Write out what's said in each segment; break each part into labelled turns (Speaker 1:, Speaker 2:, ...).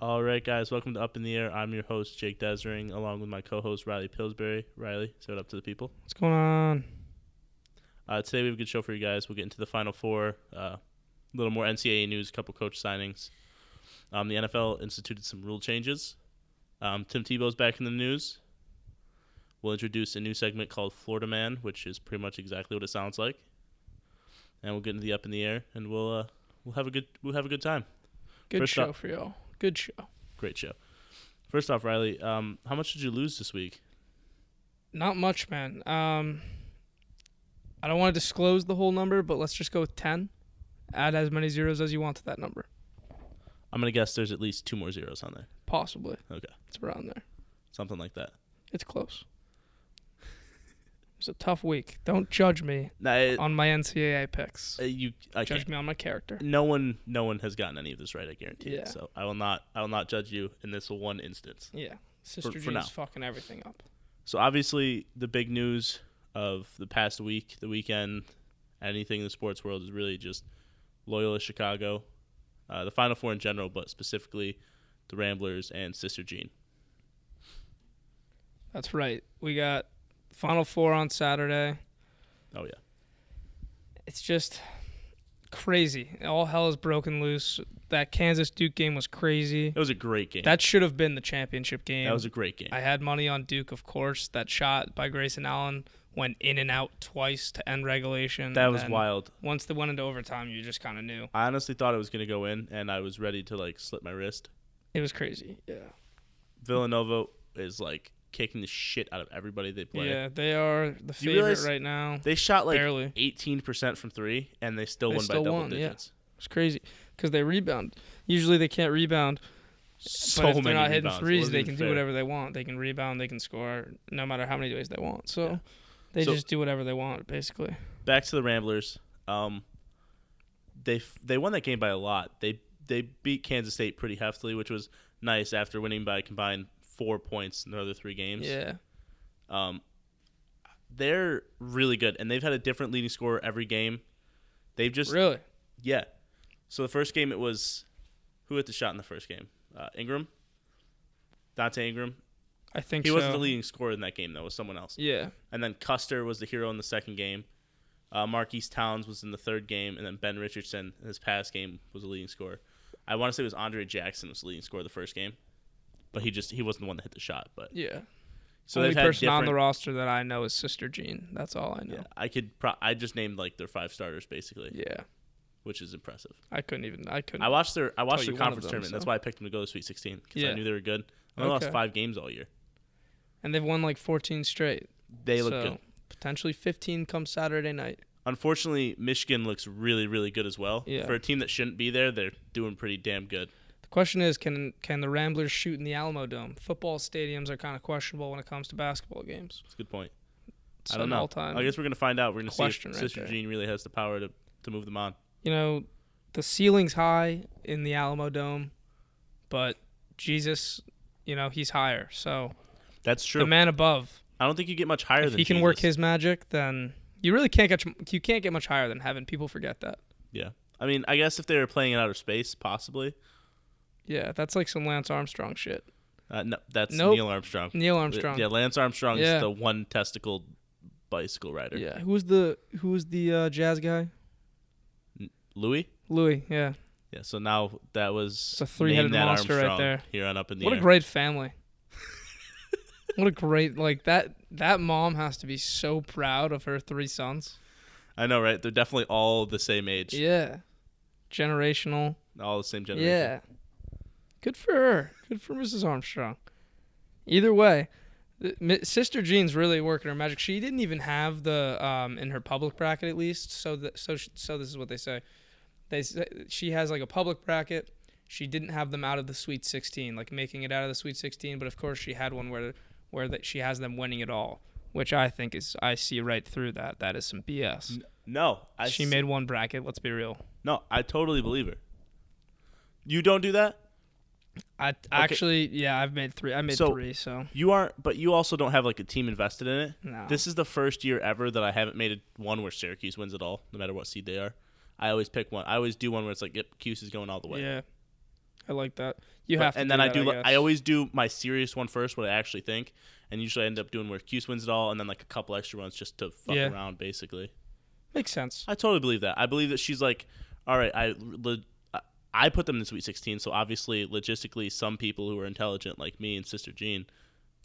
Speaker 1: All right, guys, welcome to Up in the Air. I'm your host, Jake Desering, along with my co host, Riley Pillsbury. Riley, say what up to the people.
Speaker 2: What's going on?
Speaker 1: Uh, today, we have a good show for you guys. We'll get into the Final Four, uh, a little more NCAA news, a couple coach signings. Um, the NFL instituted some rule changes. Um, Tim Tebow's back in the news. We'll introduce a new segment called Florida Man, which is pretty much exactly what it sounds like. And we'll get into the Up in the Air, and we'll uh, we'll have a good we'll have a good time.
Speaker 2: Good
Speaker 1: First
Speaker 2: show
Speaker 1: up-
Speaker 2: for y'all. Good show.
Speaker 1: Great show. First off, Riley, um, how much did you lose this week?
Speaker 2: Not much, man. Um, I don't want to disclose the whole number, but let's just go with ten. Add as many zeros as you want to that number,
Speaker 1: I'm gonna guess there's at least two more zeros on there.
Speaker 2: possibly.
Speaker 1: Okay,
Speaker 2: It's around there.
Speaker 1: something like that.
Speaker 2: It's close. It was a tough week. Don't judge me
Speaker 1: Nah, it-
Speaker 2: on my NCAA picks.
Speaker 1: uh, you, I
Speaker 2: Judge
Speaker 1: can't.
Speaker 2: me on my character.
Speaker 1: No one, no one has gotten any of this right. I guarantee
Speaker 2: Yeah.
Speaker 1: it. So I will not, I will not judge you in this one instance.
Speaker 2: Yeah, Sister
Speaker 1: for
Speaker 2: Jean's
Speaker 1: now.
Speaker 2: fucking everything up.
Speaker 1: So obviously, the big news of the past week, the weekend, anything in the sports world is really just Loyola Chicago, uh, the Final Four in general, but specifically the Ramblers and Sister Jean.
Speaker 2: That's right. We got Final Four on Saturday.
Speaker 1: Oh yeah,
Speaker 2: it's just crazy. All hell is broken loose. That Kansas Duke game was crazy.
Speaker 1: it was a great game.
Speaker 2: That should have been the championship game.
Speaker 1: that was a great game.
Speaker 2: I had money on Duke, of course. That shot by Grayson Allen went in and out twice to end regulation.
Speaker 1: that
Speaker 2: and
Speaker 1: was
Speaker 2: then
Speaker 1: wild.
Speaker 2: Once they went into overtime, you just kind of knew
Speaker 1: I honestly thought it was gonna go in, and I was ready to like slip my wrist.
Speaker 2: it was crazy. Yeah,
Speaker 1: Villanova is like kicking the shit out of everybody they play.
Speaker 2: yeah, they are the
Speaker 1: You
Speaker 2: favorite
Speaker 1: realize-
Speaker 2: right now.
Speaker 1: They shot like
Speaker 2: Barely.
Speaker 1: eighteen percent from three, and they still
Speaker 2: They
Speaker 1: won
Speaker 2: still
Speaker 1: by double
Speaker 2: won, yeah.
Speaker 1: digits.
Speaker 2: It's crazy because they rebound. Usually they can't rebound,
Speaker 1: So
Speaker 2: but if they're
Speaker 1: many
Speaker 2: not
Speaker 1: rebounds.
Speaker 2: hitting
Speaker 1: It
Speaker 2: threes,
Speaker 1: wasn't
Speaker 2: they
Speaker 1: even
Speaker 2: can
Speaker 1: fair.
Speaker 2: do whatever they want. They can rebound, they can score, no matter how many ways they want. So
Speaker 1: Yeah.
Speaker 2: they
Speaker 1: So-
Speaker 2: just do whatever they want, basically.
Speaker 1: Back to the Ramblers. Um, they f- they won that game by a lot. They they beat Kansas State pretty heftily, which was nice after winning by a combined four points in their other three games.
Speaker 2: Yeah,
Speaker 1: Um, they're really good, and they've had a different leading scorer every game. They've just
Speaker 2: really.
Speaker 1: Yeah. So the first game it was who hit the shot in the first game? Uh, Ingram. Dante Ingram.
Speaker 2: I think
Speaker 1: He
Speaker 2: so.
Speaker 1: wasn't the leading scorer in that game though, it was someone else.
Speaker 2: Yeah,
Speaker 1: And then Custer was the hero in the second game. Uh, Marquise Towns was in the third game, and then Ben Richardson in his past game was the leading scorer. I want to say it was Andre Jackson was the leading scorer the first game, but he just he wasn't the one that hit the shot. But
Speaker 2: yeah.
Speaker 1: so
Speaker 2: Only
Speaker 1: they've had
Speaker 2: person on the
Speaker 1: different.
Speaker 2: roster that I know is Sister Jean. That's all I know.
Speaker 1: Yeah, I could pro- I just named like their five starters basically,
Speaker 2: Yeah,
Speaker 1: which is impressive.
Speaker 2: I couldn't even. I couldn't.
Speaker 1: I watched their I watched
Speaker 2: Oh,
Speaker 1: their
Speaker 2: you wanted
Speaker 1: conference
Speaker 2: them,
Speaker 1: tournament. That's
Speaker 2: so.
Speaker 1: why I picked them to go to the Sweet 16 because I
Speaker 2: Yeah.
Speaker 1: knew they were good. And they lost
Speaker 2: Okay.
Speaker 1: five games all year.
Speaker 2: and they've won like 14 straight.
Speaker 1: They look
Speaker 2: so
Speaker 1: good.
Speaker 2: potentially 15 come Saturday night.
Speaker 1: Unfortunately, Michigan looks really really good as well.
Speaker 2: Yeah.
Speaker 1: For a team that shouldn't be there, they're doing pretty damn good.
Speaker 2: The question is, can can the Ramblers shoot in the Alamo Dome? Football stadiums are kind of questionable when it comes to basketball games.
Speaker 1: That's a good point.
Speaker 2: It's
Speaker 1: I don't
Speaker 2: an
Speaker 1: know.
Speaker 2: all-time-
Speaker 1: I guess we're gonna find out. We're gonna see if
Speaker 2: question right
Speaker 1: Sister
Speaker 2: there.
Speaker 1: Jean really has the power to to move them on.
Speaker 2: you know, the ceiling's high in the Alamo Dome, but Jesus, you know, he's higher. So
Speaker 1: That's true.
Speaker 2: the man above,
Speaker 1: I don't think you get much higher
Speaker 2: if
Speaker 1: than
Speaker 2: he can work
Speaker 1: Jesus.
Speaker 2: his magic, then you really can't get you can't get much higher than heaven. People forget that.
Speaker 1: Yeah. I mean, I guess if they were playing in outer space, possibly.
Speaker 2: Yeah, that's like some Lance Armstrong shit.
Speaker 1: Uh, no, that's
Speaker 2: Nope.
Speaker 1: Neil Armstrong.
Speaker 2: Neil Armstrong.
Speaker 1: Yeah, Lance Armstrong
Speaker 2: Yeah.
Speaker 1: is the one testicled bicycle rider.
Speaker 2: yeah. Who was the who was the uh, jazz guy?
Speaker 1: Louis.
Speaker 2: Louis. Yeah.
Speaker 1: Yeah, so now that was
Speaker 2: a three-headed
Speaker 1: name that
Speaker 2: monster right
Speaker 1: Armstrong
Speaker 2: there.
Speaker 1: Here on up in the
Speaker 2: What a
Speaker 1: air.
Speaker 2: great family. what a great like that that mom has to be so proud of her three sons.
Speaker 1: I know, right? They're definitely all the same age,
Speaker 2: Yeah. Generational.
Speaker 1: all the same generation.
Speaker 2: Yeah. Good for her. Good for Mrs. Armstrong. Either way, th- Mi- Sister Jean's really working her magic. She didn't even have the um in her public bracket at least. So that so sh- so this is what they say. They say she has like a public bracket. She didn't have them out of the Sweet 16, like making it out of the Sweet 16. But of course, she had one where where that she has them winning it all, which I think is I see right through that. That is some BS.
Speaker 1: No, I
Speaker 2: she
Speaker 1: s-
Speaker 2: made one bracket. Let's be real.
Speaker 1: no. I totally believe her. You don't do that.
Speaker 2: I actually, yeah, I've made three. I made
Speaker 1: So-
Speaker 2: three, so
Speaker 1: You aren't, but you also don't have like a team invested in it.
Speaker 2: No.
Speaker 1: This is the first year ever that I haven't made a, one where Syracuse wins it all, no matter what seed they are. I always pick one. I always do one where it's like, yep, Cuse is going all the way.
Speaker 2: yeah. I like that. You
Speaker 1: But-
Speaker 2: have to.
Speaker 1: and
Speaker 2: do
Speaker 1: then I
Speaker 2: that,
Speaker 1: do. li- I,
Speaker 2: guess.
Speaker 1: always do my serious one first, what I actually think, and usually I end up doing where Cuse wins it all, and then like a couple extra ones just to fuck
Speaker 2: Yeah.
Speaker 1: around, basically.
Speaker 2: makes sense.
Speaker 1: I totally believe that. I believe that she's like, all right, I le- I- I put them in Sweet 16, so obviously logistically, some people who are intelligent like me and Sister Jean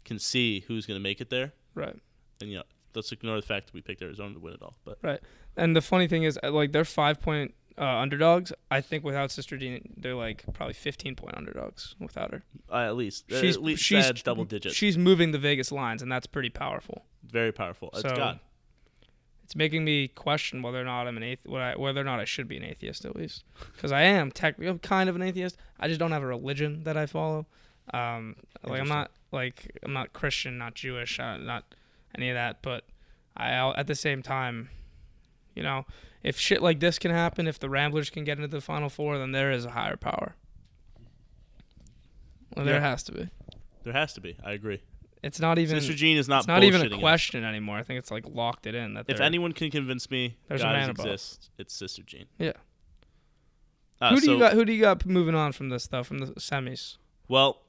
Speaker 1: can see who's going to make it there,
Speaker 2: Right.
Speaker 1: and you know, let's ignore the fact that we picked Arizona to win it all. But
Speaker 2: And the funny thing is, uh, like they're five point uh, underdogs. I think without Sister Jean, they're like probably fifteen point underdogs without her.
Speaker 1: uh, at least
Speaker 2: She's
Speaker 1: at least
Speaker 2: she's
Speaker 1: that's double digits,
Speaker 2: She's moving the Vegas lines, and that's pretty powerful.
Speaker 1: very powerful. It's
Speaker 2: So-
Speaker 1: God.
Speaker 2: It's making me question whether or not I'm an athe- what I, whether or not I should be an atheist at least, because I am technically I'm kind of an atheist. I just don't have a religion that I follow. Um, like I'm
Speaker 1: Interesting.
Speaker 2: not like I'm not Christian, not Jewish, uh, not any of that. But I I'll- at the same time, you know, if shit like this can happen, if the Ramblers can get into the Final Four, then there is a higher power. Well, there
Speaker 1: Yeah.
Speaker 2: has to be.
Speaker 1: There has to be. I agree.
Speaker 2: It's not even
Speaker 1: Sister Jean is not.
Speaker 2: it's not even
Speaker 1: bullshitting
Speaker 2: a
Speaker 1: us.
Speaker 2: question anymore. I think it's like locked it in that
Speaker 1: If
Speaker 2: they're-
Speaker 1: anyone can convince me
Speaker 2: There's a
Speaker 1: God
Speaker 2: man above.
Speaker 1: exists, it's Sister Jean.
Speaker 2: Yeah.
Speaker 1: Uh,
Speaker 2: who do
Speaker 1: so-
Speaker 2: you got? Who do you got moving on from this though? From the semis?
Speaker 1: Well,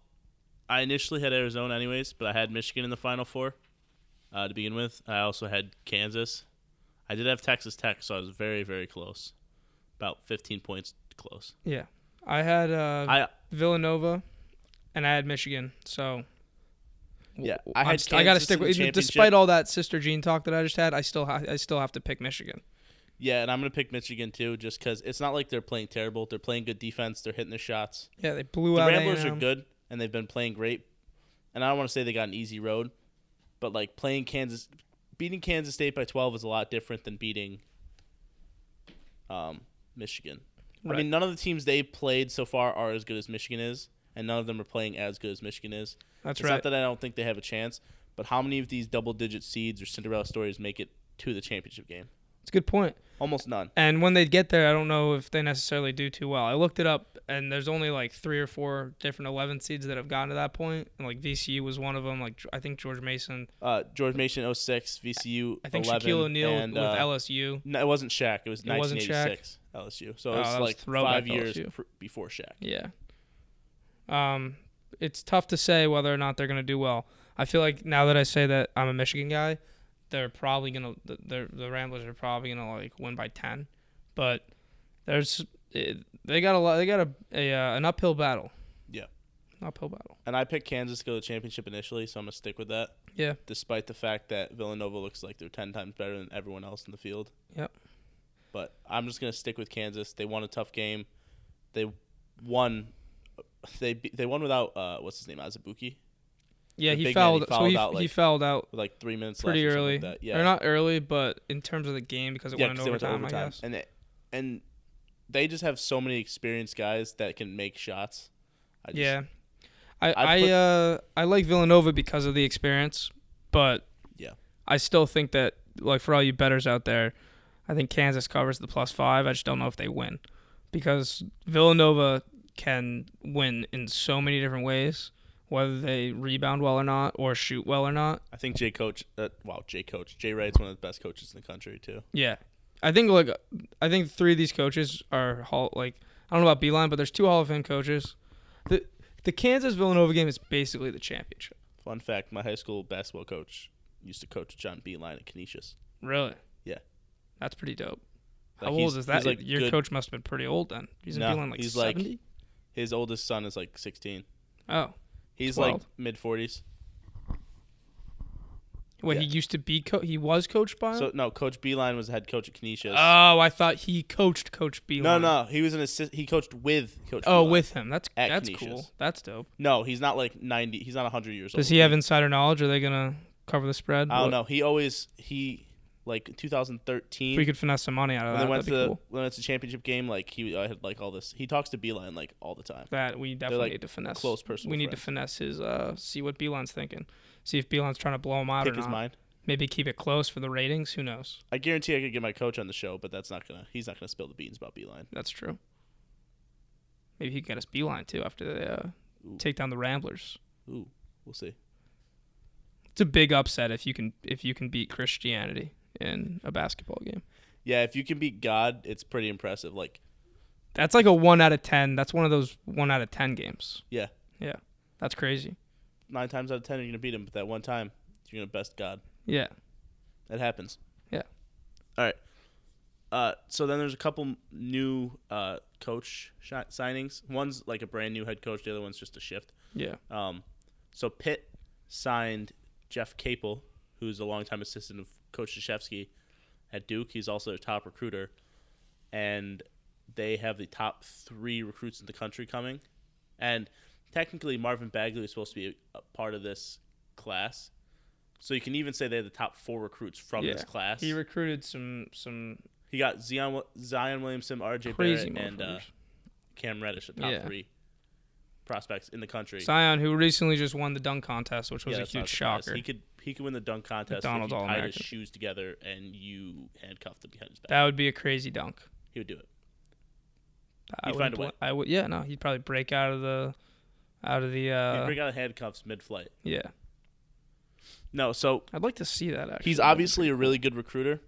Speaker 1: I initially had Arizona anyways, but I had Michigan in the Final Four uh, to begin with. I also had Kansas. I did have Texas Tech, so I was very, very close. About 15 points close.
Speaker 2: Yeah, I had uh,
Speaker 1: I
Speaker 2: Villanova, and I had Michigan. So
Speaker 1: Yeah,
Speaker 2: w-
Speaker 1: I
Speaker 2: I'm
Speaker 1: had
Speaker 2: st- I gotta
Speaker 1: Kansas
Speaker 2: stick
Speaker 1: in the
Speaker 2: with. Despite
Speaker 1: championship.
Speaker 2: all that sister Jean talk that I just had, I still ha- I still have to pick Michigan.
Speaker 1: yeah, and I'm gonna pick Michigan too, just because it's not like they're playing terrible. They're playing good defense. They're hitting their shots.
Speaker 2: Yeah, they um, blew
Speaker 1: the
Speaker 2: out.
Speaker 1: Ramblers are
Speaker 2: A&M.
Speaker 1: good, and they've been playing great. And I don't want to say they got an easy road, but like playing Kansas, beating Kansas State by 12 is a lot different than beating um, Michigan. I
Speaker 2: Right.
Speaker 1: mean, none of the teams they played so far are as good as Michigan is, and none of them are playing as good as Michigan is.
Speaker 2: That's
Speaker 1: it's
Speaker 2: right.
Speaker 1: not that I don't think they have a chance, but how many of these double-digit seeds or Cinderella stories make it to the championship game?
Speaker 2: It's a good point.
Speaker 1: Almost none.
Speaker 2: And when they get there, I don't know if they necessarily do too well. I looked it up, and there's only like three or four different 11 seeds that have gotten to that point, and like VCU was one of them. Like Ge- I think George Mason,
Speaker 1: Uh, George Mason 06, VCU
Speaker 2: I think
Speaker 1: 11,
Speaker 2: Shaquille O'Neal
Speaker 1: and,
Speaker 2: with
Speaker 1: uh,
Speaker 2: LSU.
Speaker 1: No, it wasn't Shaq. It was
Speaker 2: It wasn't Shaq?
Speaker 1: 1986 LSU. So
Speaker 2: Oh,
Speaker 1: it was
Speaker 2: that was
Speaker 1: like
Speaker 2: throwback
Speaker 1: five years
Speaker 2: LSU.
Speaker 1: pr- before Shaq.
Speaker 2: Yeah. Um, it's tough to say whether or not they're going to do well. I feel like now that I say that I'm a Michigan guy, they're probably going to the the Ramblers are probably going to like win by 10. But there's it, they got a lot they got a, a uh, an uphill battle.
Speaker 1: Yeah.
Speaker 2: Uphill battle.
Speaker 1: And I picked Kansas to go to the championship initially, so I'm gonna stick with that.
Speaker 2: Yeah.
Speaker 1: Despite the fact that Villanova looks like they're ten times better than everyone else in the field.
Speaker 2: Yep.
Speaker 1: But I'm just gonna stick with Kansas. They won a tough game. They won. They be- they won without uh, what's his name Azubuki
Speaker 2: Yeah,
Speaker 1: The
Speaker 2: he
Speaker 1: big man, he
Speaker 2: fouled, so
Speaker 1: fouled
Speaker 2: he,
Speaker 1: out,
Speaker 2: he
Speaker 1: like,
Speaker 2: fouled out
Speaker 1: with like three minutes
Speaker 2: pretty
Speaker 1: left. or something
Speaker 2: early.
Speaker 1: like that.
Speaker 2: Or
Speaker 1: Yeah.
Speaker 2: not early, but in terms of the game because it
Speaker 1: yeah,
Speaker 2: went
Speaker 1: 'cause
Speaker 2: in
Speaker 1: they went to
Speaker 2: overtime, I
Speaker 1: overtime.
Speaker 2: guess.
Speaker 1: And they, and they just have so many experienced guys that can make shots. I just,
Speaker 2: yeah. I
Speaker 1: I
Speaker 2: I,
Speaker 1: put-
Speaker 2: uh I like Villanova because of the experience, but
Speaker 1: Yeah.
Speaker 2: I still think that like for all you betters out there, I think Kansas covers the plus 5. I just don't know if they win because Villanova can win in so many different ways, whether they rebound well or not or shoot well or not.
Speaker 1: I think Jay Coach, uh, wow, Jay Coach, Jay Wright's one of the best coaches in the country too.
Speaker 2: Yeah, I think like I think three of these coaches are hall like I don't know about Beeline, but there's two Hall of Fame coaches. the The Kansas Villanova game is basically the championship.
Speaker 1: Fun fact: my high school basketball coach used to coach John Beeline at Canisius.
Speaker 2: Really?
Speaker 1: Yeah.
Speaker 2: that's pretty dope.
Speaker 1: Like,
Speaker 2: How
Speaker 1: he's-
Speaker 2: old is that?
Speaker 1: he's, like,
Speaker 2: Your
Speaker 1: good-
Speaker 2: coach must have been pretty old then. He's in
Speaker 1: No,
Speaker 2: Beeline like
Speaker 1: he's, like,
Speaker 2: seventy.
Speaker 1: His oldest son is like 16.
Speaker 2: oh,
Speaker 1: He's like
Speaker 2: Wild.
Speaker 1: mid 40s.
Speaker 2: wait, he
Speaker 1: yeah.
Speaker 2: used to be co- he was coached by. Him?
Speaker 1: So no, Coach Beeline was the head coach at Canisius.
Speaker 2: oh, I thought he coached Coach Beeline.
Speaker 1: no, no, he was an assist. He coached with Coach.
Speaker 2: Oh,
Speaker 1: Beeline.
Speaker 2: with him. That's
Speaker 1: At
Speaker 2: that's
Speaker 1: Canisius.
Speaker 2: cool. That's dope.
Speaker 1: no, he's not like 90. He's not 100 years old.
Speaker 2: Does he have insider knowledge? Are they gonna cover the spread?
Speaker 1: I
Speaker 2: What-
Speaker 1: don't know. He always he like
Speaker 2: If
Speaker 1: 2013.
Speaker 2: we could finesse some money out of
Speaker 1: when they
Speaker 2: that,
Speaker 1: went to
Speaker 2: that'd be
Speaker 1: the
Speaker 2: cool.
Speaker 1: when it's a championship game, like he I had like all this. He talks to Beeline like all the time.
Speaker 2: that we definitely
Speaker 1: like,
Speaker 2: need to finesse.
Speaker 1: close personal
Speaker 2: we need to
Speaker 1: friends.
Speaker 2: finesse his uh, see what Beeline's thinking, see if Beeline's trying to blow him out
Speaker 1: Pick
Speaker 2: or
Speaker 1: his
Speaker 2: not.
Speaker 1: mind.
Speaker 2: Maybe keep it close for the ratings. Who knows?
Speaker 1: I guarantee I could get my coach on the show, but that's not gonna. He's not gonna spill the beans about Beeline.
Speaker 2: That's true. Maybe he can get us Beeline too after they uh,
Speaker 1: Ooh.
Speaker 2: take down the Ramblers.
Speaker 1: Ooh, we'll see.
Speaker 2: It's a big upset if you can if you can beat Christianity in a basketball game.
Speaker 1: Yeah, if you can beat God, it's pretty impressive. Like
Speaker 2: That's like a one out of ten. That's one of those one out of ten games.
Speaker 1: Yeah.
Speaker 2: Yeah. That's crazy.
Speaker 1: Nine times out of ten, you're gonna beat him, but that one time, you're gonna best God.
Speaker 2: Yeah.
Speaker 1: That happens.
Speaker 2: Yeah.
Speaker 1: All right. Uh, so then there's a couple new uh, coach shi- signings. One's like a brand new head coach. The other one's just a shift.
Speaker 2: Yeah.
Speaker 1: Um, so Pitt signed Jeff Capel, who's a longtime assistant of Coach Shashevsky at Duke. He's also a top recruiter, and they have the top three recruits in the country coming. And technically, Marvin Bagley was supposed to be a, a part of this class. So you can even say they're the top four recruits from this
Speaker 2: Yeah.
Speaker 1: class.
Speaker 2: He recruited some some
Speaker 1: He got Zion, Wi- Zion Williamson, R.J.
Speaker 2: crazy
Speaker 1: Barrett, and uh,
Speaker 2: motherfuckers.
Speaker 1: Cam Reddish, the top
Speaker 2: Yeah.
Speaker 1: three prospects in the country.
Speaker 2: Zion, who recently just won the dunk contest, which was
Speaker 1: Yeah,
Speaker 2: a
Speaker 1: that's not
Speaker 2: huge
Speaker 1: surprise.
Speaker 2: shocker.
Speaker 1: He could he could win the dunk contest
Speaker 2: McDonald's
Speaker 1: if he tied his
Speaker 2: All-American.
Speaker 1: shoes together and you handcuffed him behind his back.
Speaker 2: that would be a crazy dunk.
Speaker 1: he would do it.
Speaker 2: I
Speaker 1: He'd
Speaker 2: would
Speaker 1: find a way.
Speaker 2: I would. Yeah. No. He'd probably break out of the out of the.
Speaker 1: He'd
Speaker 2: Uh,
Speaker 1: bring out handcuffs mid-flight.
Speaker 2: yeah.
Speaker 1: No, so
Speaker 2: I'd like to see that. Actually.
Speaker 1: he's obviously a really good recruiter.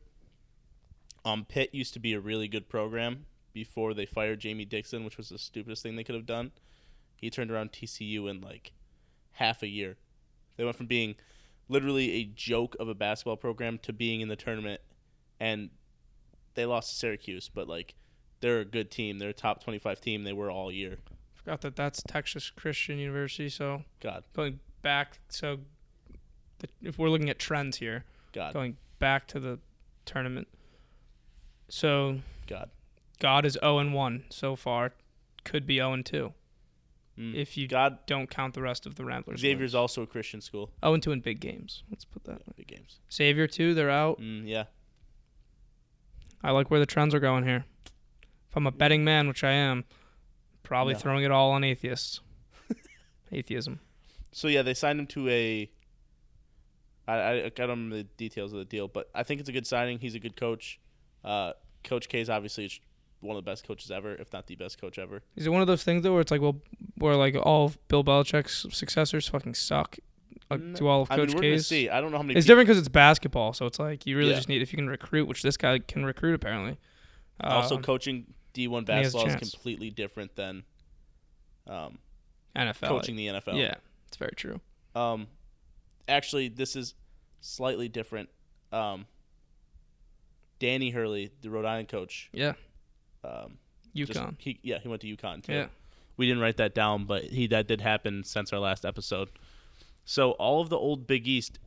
Speaker 1: Um, Pitt used to be a really good program before they fired Jamie Dixon, which was the stupidest thing they could have done. He turned around TCU in like half a year. They went from being literally a joke of a basketball program to being in the tournament, and they lost to Syracuse, but like they're a good team. They're a top twenty-five team. They were all year.
Speaker 2: forgot that that's Texas Christian University. So
Speaker 1: God,
Speaker 2: going back, so the, if we're looking at trends here,
Speaker 1: God,
Speaker 2: going back to the tournament. So
Speaker 1: God.
Speaker 2: God is 0 and 1 so far. Could be 0 and 2
Speaker 1: Mm.
Speaker 2: if you
Speaker 1: God.
Speaker 2: don't count the rest of the Ramblers.
Speaker 1: Xavier's also a Christian school.
Speaker 2: 0 and 2 in big games. Let's put that.
Speaker 1: Big games.
Speaker 2: Xavier 2, they're out.
Speaker 1: Mm, yeah.
Speaker 2: I like where the trends are going here. If I'm a betting man, which I am, probably
Speaker 1: No.
Speaker 2: throwing it all on atheists. Atheism.
Speaker 1: So yeah, they signed him to a. I I, I don't remember the details of the deal, but I think it's a good signing. He's a good coach. Uh, coach K is obviously sh- one of the best coaches ever, if not the best coach ever.
Speaker 2: Is it one of those things though, where it's like, well, where like all of Bill Belichick's successors fucking suck? Like,
Speaker 1: No,
Speaker 2: do all of
Speaker 1: I mean,
Speaker 2: Coach
Speaker 1: we're gonna
Speaker 2: K's?
Speaker 1: see. I don't know how many.
Speaker 2: It's
Speaker 1: peop-
Speaker 2: different because it's basketball, so it's like you really
Speaker 1: Yeah.
Speaker 2: just need if you can recruit, which this guy can recruit apparently. Uh,
Speaker 1: also,
Speaker 2: um,
Speaker 1: coaching D one
Speaker 2: he has a
Speaker 1: basketball is
Speaker 2: chance.
Speaker 1: completely different than, um,
Speaker 2: NFL.
Speaker 1: coaching the NFL.
Speaker 2: Yeah, it's very true.
Speaker 1: Um, actually, this is slightly different. Um, Danny Hurley, the Rhode Island coach.
Speaker 2: Yeah,
Speaker 1: Um,
Speaker 2: UConn.
Speaker 1: just- he yeah, he went to UConn too.
Speaker 2: yeah,
Speaker 1: we didn't write that down, but he that did happen since our last episode. So all of the old Big East,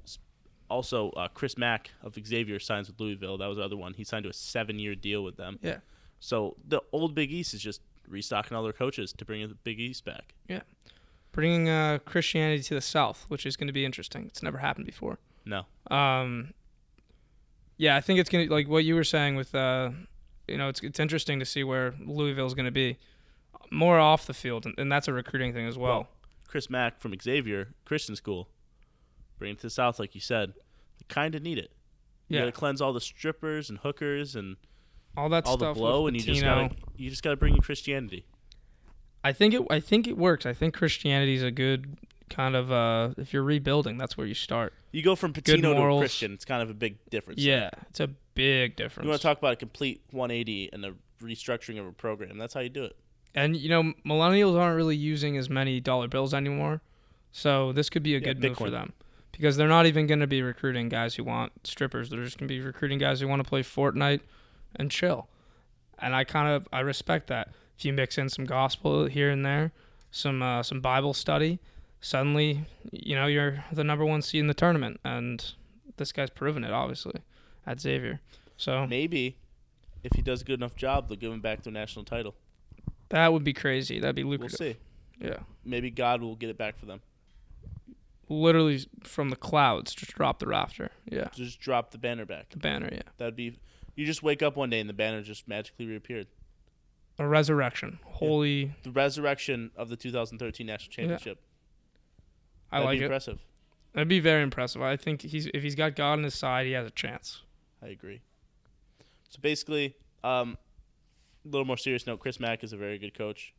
Speaker 1: also uh, Chris Mack of Xavier signs with Louisville. That was the other one. He signed to a seven-year deal with them.
Speaker 2: Yeah.
Speaker 1: So the old Big East is just restocking all their coaches to bring the Big East back.
Speaker 2: bringing uh, Christianity to the South, which is going to be interesting. It's never happened before.
Speaker 1: No.
Speaker 2: Um, yeah, I think it's gonna like what you were saying with uh, you know, it's it's interesting to see where Louisville's going to be more off the field, and, and that's a recruiting thing as well.
Speaker 1: Chris Mack from Xavier Christian School, bring it to the South, like you said. They kind of need it. You
Speaker 2: yeah,
Speaker 1: gotta cleanse all the strippers and hookers and
Speaker 2: all that
Speaker 1: all the
Speaker 2: stuff.
Speaker 1: blow,
Speaker 2: with
Speaker 1: and you just
Speaker 2: Pitino.
Speaker 1: gotta you just gotta bring in Christianity.
Speaker 2: I think it. I think it works. I think Christianity is a good kind of. Uh, if you're rebuilding, that's where you start.
Speaker 1: You go from
Speaker 2: Good
Speaker 1: Patino to a
Speaker 2: morals.
Speaker 1: Christian. It's kind of a big difference.
Speaker 2: Yeah, it's a big difference.
Speaker 1: You want to talk about a complete 180 and a restructuring of a program. That's how you do it.
Speaker 2: and you know, millennials aren't really using as many dollar bills anymore, so this could be a
Speaker 1: Yeah,
Speaker 2: good move for
Speaker 1: Bitcoin.
Speaker 2: them because they're not even going to be recruiting guys who want strippers. They're just going to be recruiting guys who want to play Fortnite and chill. And I kind of I respect that. If you mix in some gospel here and there, some uh, some Bible study, suddenly you know you're the number one seed in the tournament, and this guy's proven it obviously at Xavier. So
Speaker 1: Maybe if he does a good enough job, they'll give him back their national title.
Speaker 2: that would be crazy. That'd be
Speaker 1: We'll
Speaker 2: lucrative.
Speaker 1: see.
Speaker 2: Yeah.
Speaker 1: Maybe God will get it back for them.
Speaker 2: literally from the clouds just drop the rafter. Yeah,
Speaker 1: Just drop the banner back.
Speaker 2: the banner. Yeah,
Speaker 1: That'd be. You just wake up one day and the banner just magically reappeared.
Speaker 2: a resurrection. Holy,
Speaker 1: The resurrection of the 2013 national championship.
Speaker 2: I
Speaker 1: That'd
Speaker 2: like
Speaker 1: be
Speaker 2: it.
Speaker 1: impressive.
Speaker 2: That'd be very impressive. I think he's if he's got God on his side, he has a chance.
Speaker 1: I agree. So basically, um, a little more serious note. Chris Mack is a very good coach.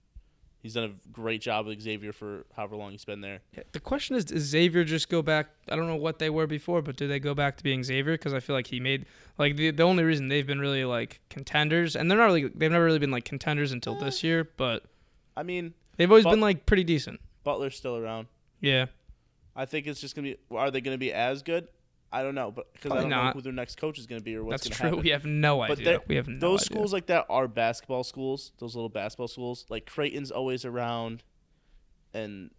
Speaker 1: He's done a great job with Xavier for however long he's been there.
Speaker 2: Yeah, The question is, does Xavier just go back? I don't know what they were before, but do they go back to being Xavier? Because I feel like he made like the the only reason they've been really like contenders, and they're not really they've never really been like contenders until this year, but
Speaker 1: I mean,
Speaker 2: they've always
Speaker 1: But-
Speaker 2: been like pretty decent.
Speaker 1: Butler's still around.
Speaker 2: Yeah,
Speaker 1: I think it's just gonna be. Are they gonna be as good? I don't know, but because I
Speaker 2: Probably
Speaker 1: don't know
Speaker 2: not.
Speaker 1: who their next coach is gonna be or what's
Speaker 2: that's true.
Speaker 1: gonna happen.
Speaker 2: We have no
Speaker 1: But
Speaker 2: idea.
Speaker 1: they're-
Speaker 2: We have no
Speaker 1: those
Speaker 2: idea.
Speaker 1: schools like that are basketball schools. Those little basketball schools, like Creighton's always around, and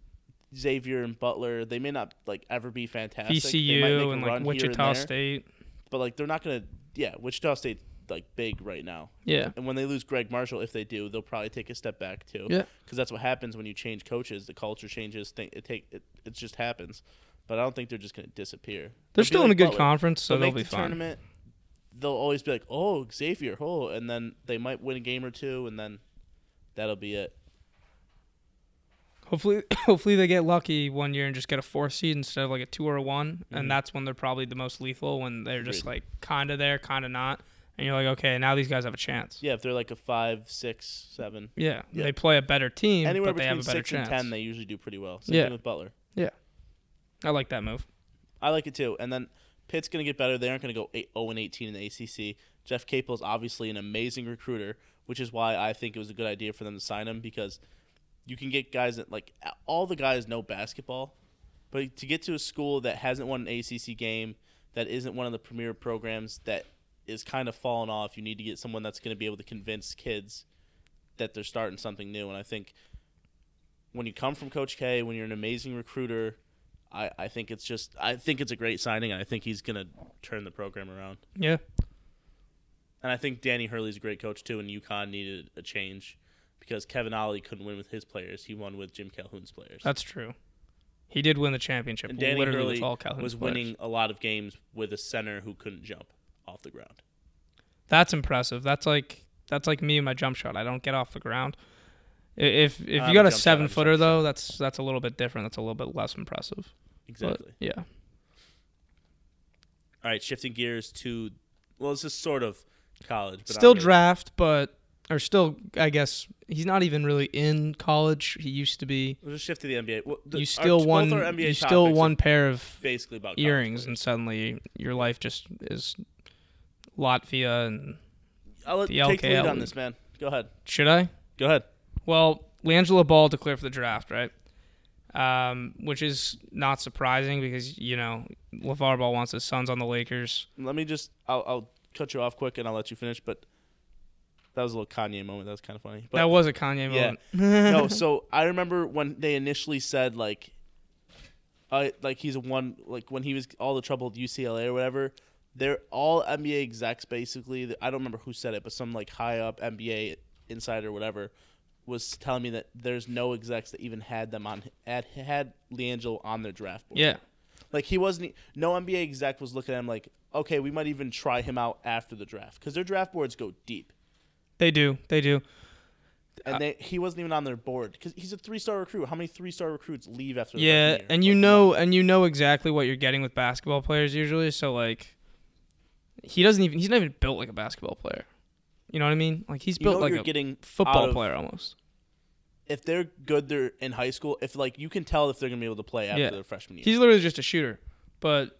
Speaker 1: Xavier and Butler. They may not like ever be fantastic. they might make
Speaker 2: VCU
Speaker 1: a
Speaker 2: and
Speaker 1: run
Speaker 2: like
Speaker 1: here
Speaker 2: Wichita
Speaker 1: and there,
Speaker 2: State.
Speaker 1: but like they're not gonna. Yeah, Wichita State like big right now,
Speaker 2: Yeah,
Speaker 1: and when they lose Greg Marshall, if they do, they'll probably take a step back too.
Speaker 2: Yeah.
Speaker 1: because that's what happens when you change coaches. The culture changes. Think it take it, it just happens. But I don't think they're just gonna disappear.
Speaker 2: they're
Speaker 1: They'll be
Speaker 2: still
Speaker 1: like
Speaker 2: in a good
Speaker 1: Butler
Speaker 2: conference, so
Speaker 1: they'll
Speaker 2: they'll
Speaker 1: make
Speaker 2: be
Speaker 1: the
Speaker 2: fine.
Speaker 1: tournament. They'll always be like, "Oh, Xavier, oh," and then they might win a game or two, and then that'll be it.
Speaker 2: Hopefully, hopefully they get lucky one year and just get a four seed instead of like a two or a one,
Speaker 1: Mm-hmm.
Speaker 2: and that's when they're probably the most lethal when they're just like kind of there, kind of not, and you're like, okay, now these guys have a chance.
Speaker 1: Yeah, if they're like a five, six, seven,
Speaker 2: Yeah,
Speaker 1: Yeah.
Speaker 2: they play a better team,
Speaker 1: anywhere
Speaker 2: but they have
Speaker 1: between
Speaker 2: a better
Speaker 1: six
Speaker 2: chance.
Speaker 1: and ten, they usually do pretty well. Same
Speaker 2: Yeah.
Speaker 1: thing with Butler.
Speaker 2: I like that move.
Speaker 1: I like it too. And then Pitt's gonna get better. They aren't gonna go eight, zero and eighteen in the ACC. Jeff Capel's obviously an amazing recruiter, which is why I think it was a good idea for them to sign him because you can get guys that like all the guys know basketball, but to get to a school that hasn't won an ACC game, that isn't one of the premier programs, that is kind of falling off. You need to get someone that's going to be able to convince kids that they're starting something new. And I think when you come from Coach K, when you're an amazing recruiter, I, I think it's just I think it's a great signing, and I think he's going to turn the program around.
Speaker 2: Yeah,
Speaker 1: And I think Danny Hurley's a great coach too, and UConn needed a change because Kevin Ollie couldn't win with his players; he won with Jim Calhoun's players.
Speaker 2: that's true. He did win the championship.
Speaker 1: and Danny
Speaker 2: literally
Speaker 1: Hurley
Speaker 2: with all Calhoun's
Speaker 1: was
Speaker 2: players.
Speaker 1: winning a lot of games with a center who couldn't jump off the ground.
Speaker 2: That's impressive. That's like that's like me and my jump shot. I don't get off the ground. I- If if
Speaker 1: I have
Speaker 2: you
Speaker 1: a jump shot,
Speaker 2: got
Speaker 1: I
Speaker 2: a
Speaker 1: just
Speaker 2: seven
Speaker 1: have a
Speaker 2: footer
Speaker 1: shot.
Speaker 2: though, that's that's a little bit different. That's a little bit less impressive. But,
Speaker 1: Exactly.
Speaker 2: yeah.
Speaker 1: All right, shifting gears to well, this is sort of college, but not
Speaker 2: still
Speaker 1: really.
Speaker 2: draft, but or still, I guess he's not even really in college. He used to be.
Speaker 1: We'll just shift to the NBA. Well, the,
Speaker 2: You
Speaker 1: our-
Speaker 2: still
Speaker 1: both
Speaker 2: won.
Speaker 1: our NBA
Speaker 2: You still
Speaker 1: topics are
Speaker 2: one pair of
Speaker 1: basically about college
Speaker 2: earrings, and
Speaker 1: players.
Speaker 2: suddenly your life just is Latvia. And
Speaker 1: I'll let,
Speaker 2: the
Speaker 1: take the lead
Speaker 2: LKL.
Speaker 1: on this, man. Go ahead.
Speaker 2: should I?
Speaker 1: Go ahead.
Speaker 2: Well, Langela Ball declared for the draft, right? Um, which is not surprising because you know LeVar Ball wants his sons on the Lakers.
Speaker 1: Let me just. I'll, I'll cut you off quick, and I'll let you finish. But that was a little Kanye moment. That was kind of funny. But
Speaker 2: that was a Kanye
Speaker 1: yeah.
Speaker 2: moment.
Speaker 1: no, so I remember when they initially said like, I like he's a one like when he was all the trouble at UCLA or whatever. They're all NBA execs basically. I don't remember who said it, but some like high up NBA insider or whatever was telling me that there's no execs that even had them on had had Leangelo on their draft board.
Speaker 2: Yeah,
Speaker 1: Like he wasn't. e, No NBA exec was looking at him like, okay, we might even try him out after the draft because their draft boards go deep
Speaker 2: they do. They do. Uh,
Speaker 1: and they, he wasn't even on their board because he's a three-star recruit. How many three-star recruits leave after? the
Speaker 2: Yeah,
Speaker 1: freshman year?
Speaker 2: and you
Speaker 1: Like,
Speaker 2: know, and you know exactly what you're getting with basketball players usually. So like, he doesn't even he's not even built like a basketball player. You know what I mean? Like he's
Speaker 1: you know
Speaker 2: built
Speaker 1: what
Speaker 2: like
Speaker 1: you're
Speaker 2: a
Speaker 1: getting out
Speaker 2: football
Speaker 1: of-
Speaker 2: player almost.
Speaker 1: If they're good, they're in high school. If like you can tell if they're gonna be able to play after
Speaker 2: Yeah.
Speaker 1: their freshman year.
Speaker 2: He's literally just a shooter, but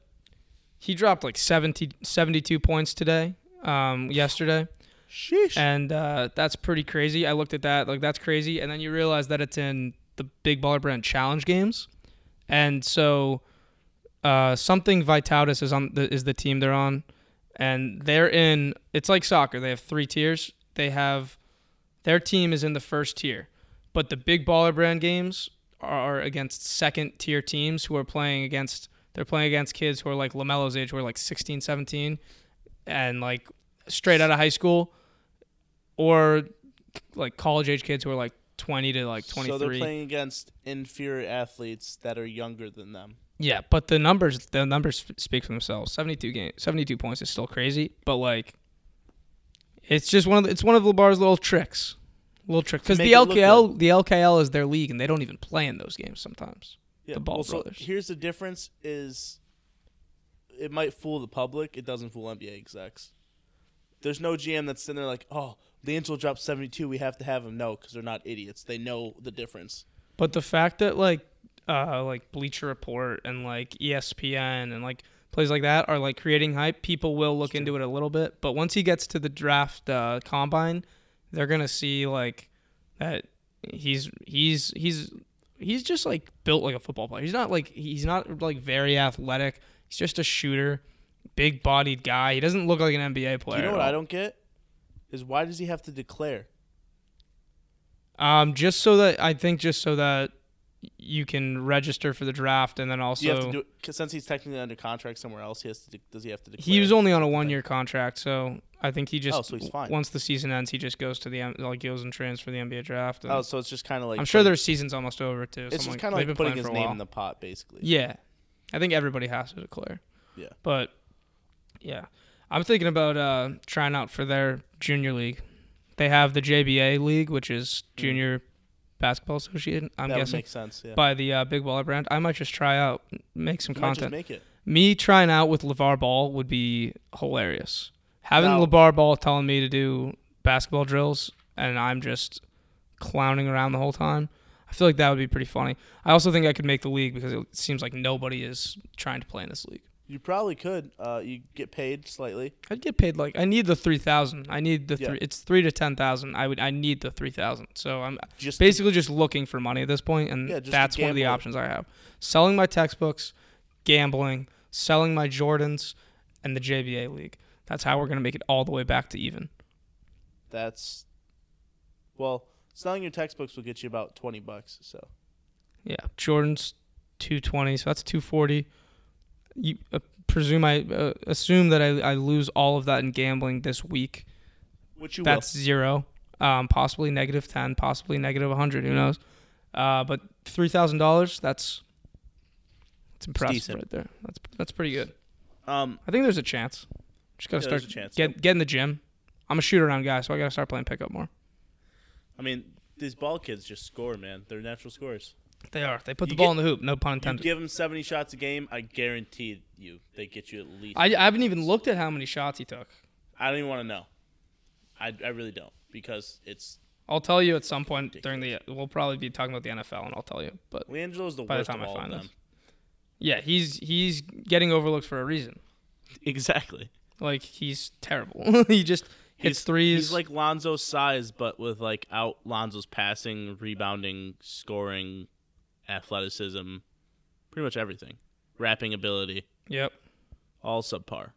Speaker 2: he dropped like 70, 72 points today, um, yesterday,
Speaker 1: Sheesh.
Speaker 2: and uh, that's pretty crazy. I looked at that like that's crazy, and then you realize that it's in the Big Baller Brand Challenge games, and so uh, something Vitautas is on the, is the team they're on, and they're in. It's like soccer. They have three tiers. They have their team is in the first tier, but the big baller brand games are against second tier teams who are playing against. They're playing against kids who are like Lamelo's age, who are like 16, 17, and like straight out of high school, or like college age kids who are like 20 to like 23.
Speaker 1: So they're playing against inferior athletes that are younger than them.
Speaker 2: Yeah, but the numbers the numbers f- speak for themselves. Seventy two game seventy two points is still crazy, but like, it's just one of the, it's one of LeBar's little tricks, little trick because
Speaker 1: make
Speaker 2: the
Speaker 1: it look
Speaker 2: LKL the LKL is their league and they don't even play in those games sometimes.
Speaker 1: Yeah.
Speaker 2: The Ball
Speaker 1: well, so
Speaker 2: brothers.
Speaker 1: here's the difference: is it might fool the public, it doesn't fool NBA execs. there's no GM that's sitting there like, oh, D'Angelo dropped 72. We have to have him. No, because they're not idiots. They know the difference.
Speaker 2: But the fact that like uh like Bleacher Report and like E ESPN and like plays like that are like creating hype, people will look into it a little bit. But once he gets to the draft uh, combine, they're gonna see like that he's he's he's he's just like built like a football player. He's not like he's not like very athletic. He's just a shooter, big bodied guy. He doesn't look like an NBA
Speaker 1: Do
Speaker 2: player.
Speaker 1: you know what
Speaker 2: at
Speaker 1: I
Speaker 2: all.
Speaker 1: don't get? Is why does he have to declare?
Speaker 2: Um, just so that I think just so that you can register for the draft and then also
Speaker 1: Do you have to do it? Cause since he's technically under contract somewhere else, he has to. De- does he have to declare?
Speaker 2: he was only on a one year contract, so I think he just
Speaker 1: Oh, so he's fine.
Speaker 2: once the season ends, he just goes to the M- like goes and trains for the NBA draft. and-
Speaker 1: Oh, so it's just kind of like.
Speaker 2: I'm sure
Speaker 1: putting-
Speaker 2: their season's almost over too.
Speaker 1: It's
Speaker 2: so I'm
Speaker 1: just kind of like
Speaker 2: they've been
Speaker 1: putting
Speaker 2: playing
Speaker 1: his
Speaker 2: for a
Speaker 1: name
Speaker 2: while.
Speaker 1: in the pot, basically.
Speaker 2: Yeah, I think everybody has to declare.
Speaker 1: Yeah.
Speaker 2: but yeah, I'm thinking about uh, trying out for their junior league. They have the JBA league, which is Junior Basketball Association. I'm
Speaker 1: Mm. that would
Speaker 2: guessing
Speaker 1: make sense. Yeah.
Speaker 2: by the uh, Big Baller brand. I might just try out, make some
Speaker 1: You might
Speaker 2: content.
Speaker 1: just make it.
Speaker 2: me trying out with LeVar Ball would be hilarious. Having
Speaker 1: Now-
Speaker 2: LeVar Ball telling me to do basketball drills and I'm just clowning around the whole time, I feel like that would be pretty funny. I also think I could make the league because it seems like nobody is trying to play in this league.
Speaker 1: You probably could. Uh, you get paid slightly.
Speaker 2: I'd get paid like I need the three thousand. I need the
Speaker 1: Yeah.
Speaker 2: three. It's three to ten thousand. I would. I need the three thousand. So I'm
Speaker 1: Just to-
Speaker 2: basically just looking for money at this point, and
Speaker 1: Yeah, just to
Speaker 2: that's one of the
Speaker 1: gamble.
Speaker 2: options I have: selling my textbooks, gambling, selling my Jordans, and the JBA league. That's how we're gonna make it all the way back to even.
Speaker 1: that's. Well, selling your textbooks will get you about twenty bucks. So
Speaker 2: Yeah, Jordans, two twenty. So that's two forty. You uh, presume I uh, assume that I, I lose all of that in gambling this week.
Speaker 1: which you
Speaker 2: That's zero. Um, possibly negative ten. Possibly negative one hundred.
Speaker 1: Mm-hmm.
Speaker 2: Who knows? Uh, but three thousand dollars. That's that's impressive
Speaker 1: decent.
Speaker 2: right there. That's that's pretty good.
Speaker 1: will. Um,
Speaker 2: I think there's a chance. Just gotta
Speaker 1: Yeah, there's
Speaker 2: start
Speaker 1: a chance,
Speaker 2: get get in the gym. I'm a shoot around guy, so I gotta start playing pickup more.
Speaker 1: I mean, these ball kids just score, man. They're natural scorers.
Speaker 2: They are. They put the
Speaker 1: You
Speaker 2: ball
Speaker 1: get-
Speaker 2: in the hoop. No pun
Speaker 1: You
Speaker 2: intended.
Speaker 1: give them seventy shots a game, I guarantee you they get you at least.
Speaker 2: I, I haven't even looked at how many shots he took.
Speaker 1: I don't even want to know. I, I really don't because it's
Speaker 2: I'll tell you at some point during the. We'll probably be talking about the NFL, and I'll tell you. But
Speaker 1: Leangelo's the
Speaker 2: By the
Speaker 1: worst
Speaker 2: time
Speaker 1: of
Speaker 2: I
Speaker 1: all of
Speaker 2: find
Speaker 1: them.
Speaker 2: this. yeah, he's he's getting overlooked for a reason.
Speaker 1: Exactly.
Speaker 2: Like he's terrible. he just hits threes.
Speaker 1: He's like Lonzo's size, but with like out Lonzo's passing, rebounding, scoring, athleticism, pretty much everything, rapping ability,
Speaker 2: yep.
Speaker 1: all subpar.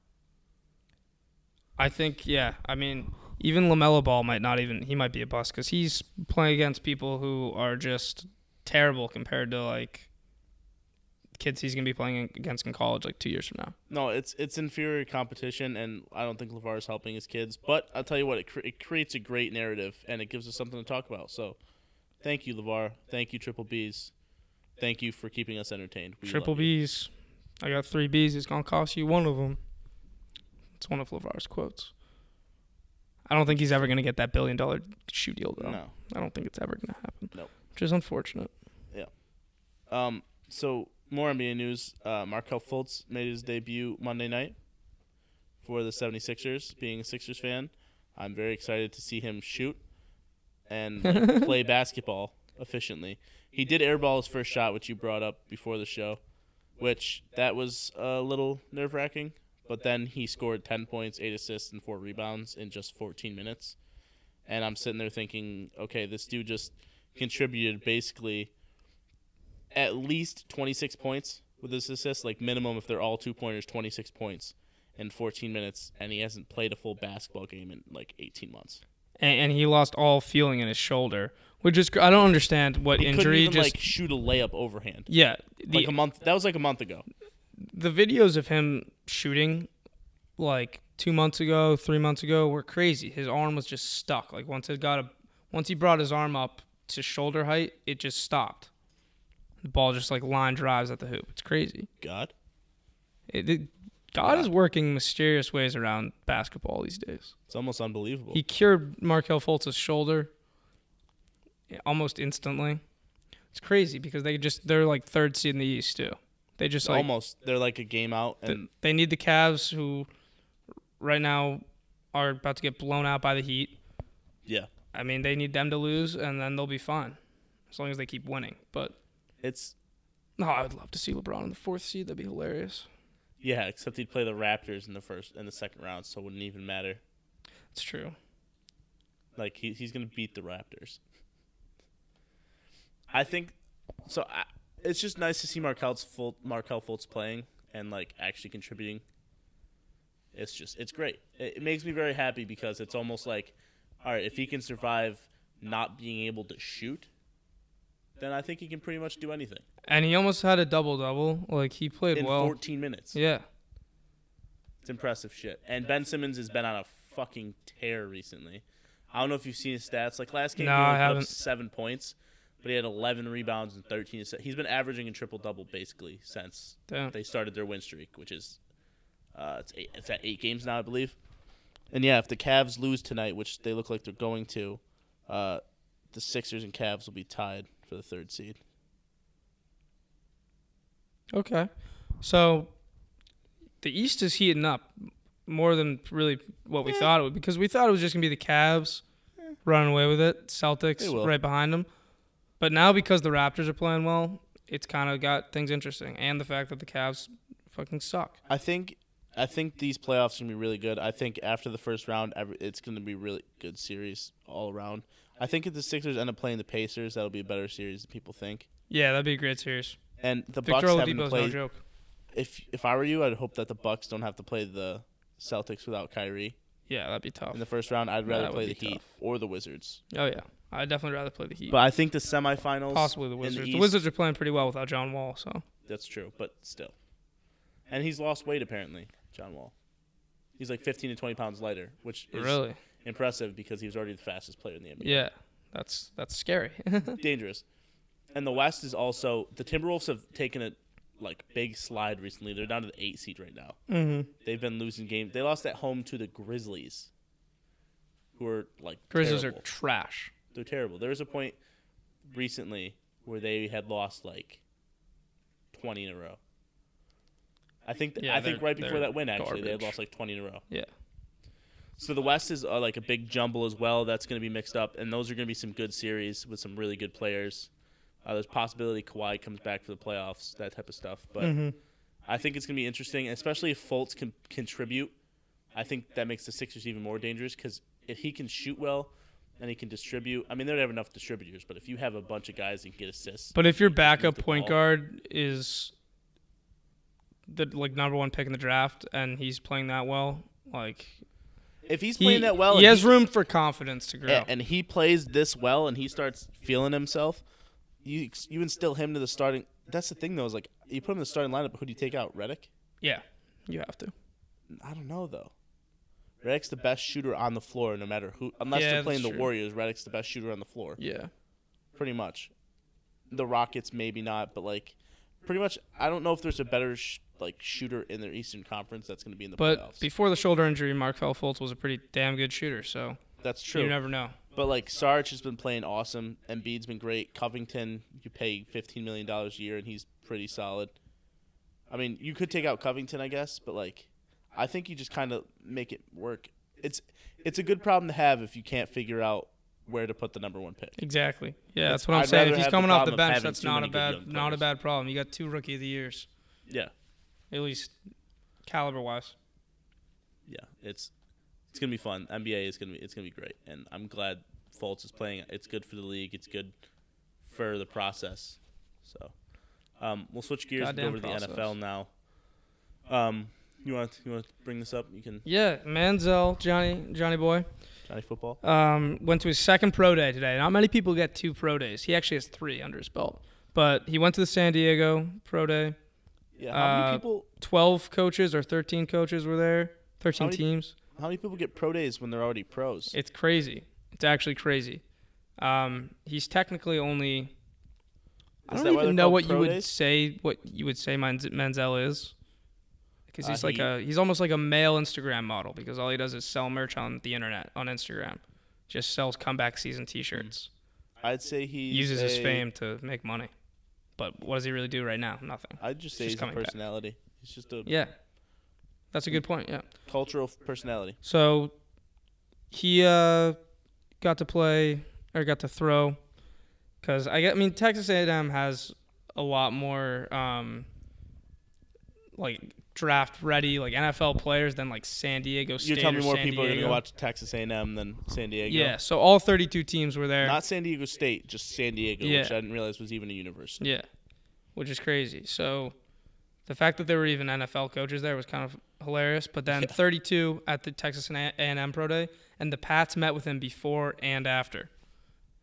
Speaker 2: I think yeah. I mean, even Lamelo Ball might not even he might be a bust because he's playing against people who are just terrible compared to like kids he's gonna be playing against in college like two years from now.
Speaker 1: No, it's it's inferior competition, and I don't think Levar is helping his kids. But I'll tell you what, it, cre- it creates a great narrative, and it gives us something to talk about. So, thank you, Levar. Thank you, Triple Bs. Thank you for keeping us entertained. We
Speaker 2: Triple
Speaker 1: love you.
Speaker 2: B's. I got three B's. It's gonna cost you one of them. It's one of Lavar's quotes. I don't think he's ever gonna get that billion dollar shoe deal though.
Speaker 1: No.
Speaker 2: I don't think it's ever gonna happen.
Speaker 1: Nope.
Speaker 2: Which is unfortunate.
Speaker 1: Um, so more NBA news. Uh, Markel Fultz made his debut Monday night for the 76ers. Being a Sixers fan, I'm very excited to see him shoot and like, play basketball efficiently. He did airball his first shot, which you brought up before the show, which that was a little nerve wracking. But then he scored 10 points, 8 assists, and 4 rebounds in just 14 minutes. And I'm sitting there thinking, okay, this dude just contributed basically – at least 26 points with his assists, like minimum if they're all two pointers, 26 points in 14 minutes, and he hasn't played a full basketball game in like 18 months.
Speaker 2: And, and he lost all feeling in his shoulder, which is gr- I don't understand what
Speaker 1: He couldn't
Speaker 2: injury
Speaker 1: even
Speaker 2: just
Speaker 1: like shoot a layup overhand.
Speaker 2: Yeah, the
Speaker 1: like um, a month. That was like a month ago.
Speaker 2: the videos of him shooting, like two months ago, three months ago, were crazy. His arm was just stuck. Like once it got a, once he brought his arm up to shoulder height, it just stopped. The ball just like line drives at the hoop. It's crazy.
Speaker 1: God.
Speaker 2: It, it- God is working mysterious ways around basketball these days.
Speaker 1: It's almost unbelievable.
Speaker 2: He cured Markel Fultz's shoulder almost instantly. It's crazy because they just they're like third seed in the East too. They just
Speaker 1: It's
Speaker 2: like
Speaker 1: almost. They're like a game out,
Speaker 2: Th-
Speaker 1: and
Speaker 2: they need the Cavs, who right now are about to get blown out by the Heat.
Speaker 1: Yeah.
Speaker 2: I mean, they need them to lose, and then they'll be fine, as long as they keep winning. But
Speaker 1: It's
Speaker 2: no, Oh, I would love to see LeBron in the fourth seed. That'd be hilarious.
Speaker 1: yeah, except he'd play the Raptors in the first and the second round, so it wouldn't even matter.
Speaker 2: It's true.
Speaker 1: Like he, he's gonna beat the Raptors. I think so. I, it's just nice to see Markel's full Markel Fultz playing and like actually contributing. It's just it's great. It, it makes me very happy because it's almost like, all right, if he can survive not being able to shoot, then I think he can pretty much do anything
Speaker 2: And he almost had a double double. Like he played
Speaker 1: in
Speaker 2: well.
Speaker 1: 14 minutes.
Speaker 2: yeah.
Speaker 1: It's impressive shit. And Ben Simmons has been on a fucking tear recently. I don't know if you've seen his stats. Like last game,
Speaker 2: No,
Speaker 1: he
Speaker 2: I
Speaker 1: only put up
Speaker 2: haven't.
Speaker 1: seven points, but he had 11 rebounds and 13. assists. He's been averaging a triple double basically since
Speaker 2: Damn.
Speaker 1: they started their win streak, which is uh, it's eight, it's at eight games now, I believe. And yeah, if the Cavs lose tonight, which they look like they're going to, uh, the Sixers and Cavs will be tied for the third seed.
Speaker 2: Okay. So the East is heating up more than really what we thought it would because we thought it was just going to be the Cavs running away with it,
Speaker 1: They
Speaker 2: Celtics
Speaker 1: will.
Speaker 2: right behind them. But now because the Raptors are playing well, it's kind of got things interesting and the fact that the Cavs fucking suck.
Speaker 1: I think I think these playoffs are gonna be really good. I think after the first round, every, it's gonna be really good series all around. I think if the Sixers end up playing the Pacers, that'll be a better series than people think.
Speaker 2: Yeah, that'd be a great series.
Speaker 1: And the
Speaker 2: Victor
Speaker 1: Bucks having to
Speaker 2: Oladipo's no
Speaker 1: play.
Speaker 2: joke.
Speaker 1: if if I were you, I'd hope that the Bucks don't have to play the Celtics without Kyrie
Speaker 2: Yeah, that'd be tough.
Speaker 1: in the first round. I'd rather
Speaker 2: That would
Speaker 1: play
Speaker 2: be
Speaker 1: the Heat
Speaker 2: tough.
Speaker 1: or the Wizards.
Speaker 2: Oh yeah, I'd definitely rather play the Heat.
Speaker 1: But I think the semifinals,
Speaker 2: Possibly the
Speaker 1: in
Speaker 2: Wizards. The,
Speaker 1: East,
Speaker 2: Wizards are playing pretty well without John Wall, so
Speaker 1: That's true, but still. And he's lost weight apparently, John Wall. He's like 15 to 20 pounds lighter, which is
Speaker 2: really,
Speaker 1: impressive because he was already the fastest player in the NBA.
Speaker 2: yeah, that's that's scary.
Speaker 1: dangerous. And the West is also the Timberwolves have taken a like big slide recently. They're down to the eight seed right now.
Speaker 2: mm-hmm.
Speaker 1: They've been losing games. They lost at home to the Grizzlies, who are like
Speaker 2: Grizzlies
Speaker 1: terrible.
Speaker 2: are trash.
Speaker 1: they're terrible. There was a point recently where they had lost like twenty in a row. I think th-
Speaker 2: Yeah,
Speaker 1: I think
Speaker 2: they're-
Speaker 1: right before
Speaker 2: they're
Speaker 1: that win actually they had
Speaker 2: garbage.
Speaker 1: lost like twenty in a row.
Speaker 2: Yeah.
Speaker 1: So the West is uh, like a big jumble as well. That's going to be mixed up, and those are going to be some good series with some really good players. Uh, there's possibility Kawhi comes back for the playoffs, that type of stuff. But
Speaker 2: Mm-hmm.
Speaker 1: I think it's going to be interesting, especially if Fultz can contribute. I think that makes the Sixers even more dangerous because if he can shoot well and he can distribute, I mean, they don't have enough distributors, but if you have a bunch of guys that can get assists,
Speaker 2: But if your backup
Speaker 1: the
Speaker 2: point
Speaker 1: ball.
Speaker 2: guard is the like number one pick in the draft and he's playing that well, like
Speaker 1: if he's
Speaker 2: he,
Speaker 1: playing that well,
Speaker 2: he
Speaker 1: and
Speaker 2: has room for confidence to grow.
Speaker 1: and, and he plays this well and he starts feeling himself, you ex- you instill him to the starting. That's the thing though is like you put him in the starting lineup. Who do you take out? Reddick?
Speaker 2: yeah, you have to.
Speaker 1: I don't know though. Reddick's the best shooter on the floor, no matter who. Unless
Speaker 2: Yeah,
Speaker 1: they're playing
Speaker 2: that's
Speaker 1: the
Speaker 2: true.
Speaker 1: Warriors, Reddick's the best shooter on the floor,
Speaker 2: Yeah,
Speaker 1: pretty much. The Rockets maybe not, but like, pretty much. I don't know if there's a better sh- like shooter in their Eastern Conference that's going to be in the
Speaker 2: but
Speaker 1: playoffs.
Speaker 2: before the shoulder injury, Markel Fultz was a pretty damn good shooter, so
Speaker 1: that's true.
Speaker 2: you never know.
Speaker 1: But like Sarge has been playing awesome. Embiid's been great. Covington, you pay fifteen million dollars a year, and he's pretty solid. I mean, you could take out Covington, I guess, but like, I think you just kind of make it work. It's it's a good problem to have if you can't figure out where to put the number one pick.
Speaker 2: Exactly. Yeah,
Speaker 1: It's-
Speaker 2: that's what I'm
Speaker 1: I'd
Speaker 2: saying.
Speaker 1: rather
Speaker 2: If he's
Speaker 1: have the
Speaker 2: coming off
Speaker 1: problem
Speaker 2: the
Speaker 1: of
Speaker 2: bench,
Speaker 1: having
Speaker 2: that's
Speaker 1: too
Speaker 2: not a
Speaker 1: many good
Speaker 2: bad
Speaker 1: young
Speaker 2: not a
Speaker 1: players.
Speaker 2: bad problem. You got two rookie of the years,
Speaker 1: Yeah,
Speaker 2: at least caliber wise.
Speaker 1: yeah. It's it's gonna be fun. NBA is gonna be it's gonna be great, and I'm glad Fultz is playing. It's good for the league. It's good for the process. So um, we'll switch gears and go
Speaker 2: Goddamn
Speaker 1: over to the
Speaker 2: process.
Speaker 1: NFL now. Um, you want you want to bring this up? You can
Speaker 2: Yeah, Manziel, Johnny Johnny boy.
Speaker 1: Johnny football.
Speaker 2: um, went to his second pro day today. Not many people get two pro days. He actually has three under his belt. But he went to the San Diego pro day.
Speaker 1: Yeah. How
Speaker 2: uh,
Speaker 1: many people?
Speaker 2: 12 coaches or 13 coaches were there, 13
Speaker 1: How many-
Speaker 2: teams.
Speaker 1: How many people get pro days when they're already pros?
Speaker 2: It's crazy. It's actually crazy. Um, he's technically only. I
Speaker 1: Is that
Speaker 2: don't
Speaker 1: why they're
Speaker 2: even know
Speaker 1: called
Speaker 2: what you
Speaker 1: pro
Speaker 2: would
Speaker 1: days?
Speaker 2: say. What you would say Manz- Manziel is, because
Speaker 1: Uh,
Speaker 2: he's like
Speaker 1: he-
Speaker 2: a he's almost like a male Instagram model because all he does is sell merch on the internet on Instagram, just sells comeback season T-shirts.
Speaker 1: I'd say he
Speaker 2: uses his fame to make money. But what does he really do right now? Nothing.
Speaker 1: I'd just say
Speaker 2: She's
Speaker 1: he's a
Speaker 2: coming back.
Speaker 1: personality. He's just a
Speaker 2: Yeah. That's a good point. Yeah.
Speaker 1: cultural f- personality.
Speaker 2: So he uh, got to play or got to throw because I, get- I mean Texas A&M has a lot more um, like draft ready like NFL players than like San Diego State.
Speaker 1: You're telling
Speaker 2: or
Speaker 1: me more
Speaker 2: San
Speaker 1: people are going to
Speaker 2: Diego.
Speaker 1: watch Texas A&M than San Diego.
Speaker 2: Yeah, so all 32 teams were there.
Speaker 1: Not San Diego State, just San Diego,
Speaker 2: Yeah.
Speaker 1: which I didn't realize was even a university.
Speaker 2: yeah, which is crazy. So the fact that there were even NFL coaches there was kind of hilarious. But then 32 at the Texas and A&M Pro Day, and the Pats met with him before and after.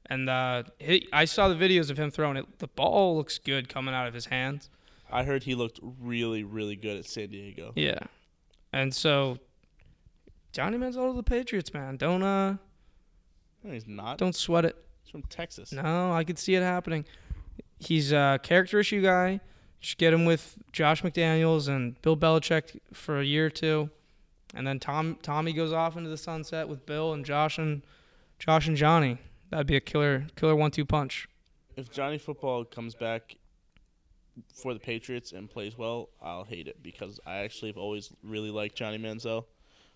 Speaker 2: And uh, he, I saw the videos of him throwing it. The ball looks good coming out of his hands.
Speaker 1: I heard he looked really, really good at San Diego.
Speaker 2: Yeah, and so Johnny Manziel to the Patriots, man. Don't uh,
Speaker 1: No, he's not.
Speaker 2: don't sweat it.
Speaker 1: He's from Texas.
Speaker 2: No, I could see it happening. He's a character issue guy. Just get him with Josh McDaniels and Bill Belichick for a year or two, and then Tom Tommy goes off into the sunset with Bill and Josh and Josh and Johnny. That'd be a killer killer one two punch.
Speaker 1: If Johnny Football comes back for the Patriots and plays well, I'll hate it because I actually have always really liked Johnny Manziel.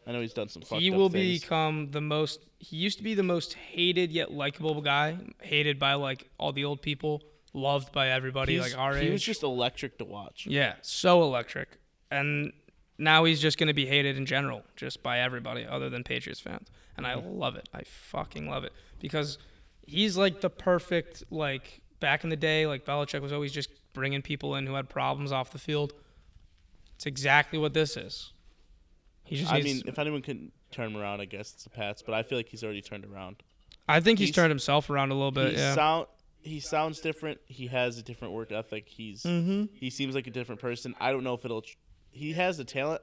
Speaker 1: I know he's done some fucked
Speaker 2: he
Speaker 1: up
Speaker 2: will
Speaker 1: things.
Speaker 2: become the most. He used to be the most hated yet likable guy, hated by like all the old people, loved by everybody
Speaker 1: He's-
Speaker 2: like our
Speaker 1: he was
Speaker 2: age.
Speaker 1: just electric to watch.
Speaker 2: Yeah, so electric. And now he's just going to be hated in general, just by everybody other than Patriots fans. And I love it. I fucking love it because he's like the perfect like back in the day. Like Belichick was always just bringing people in who had problems off the field. It's exactly what this is. He just
Speaker 1: I mean,
Speaker 2: needs,
Speaker 1: if anyone can turn him around, I guess it's the Pats, but I feel like he's already turned around.
Speaker 2: I think he's,
Speaker 1: he's-
Speaker 2: turned himself around a little bit.
Speaker 1: he
Speaker 2: Yeah.
Speaker 1: sound he sounds different. He has a different work ethic. He's
Speaker 2: Mm-hmm.
Speaker 1: he seems like a different person. I don't know if it'll. tr- He has the talent.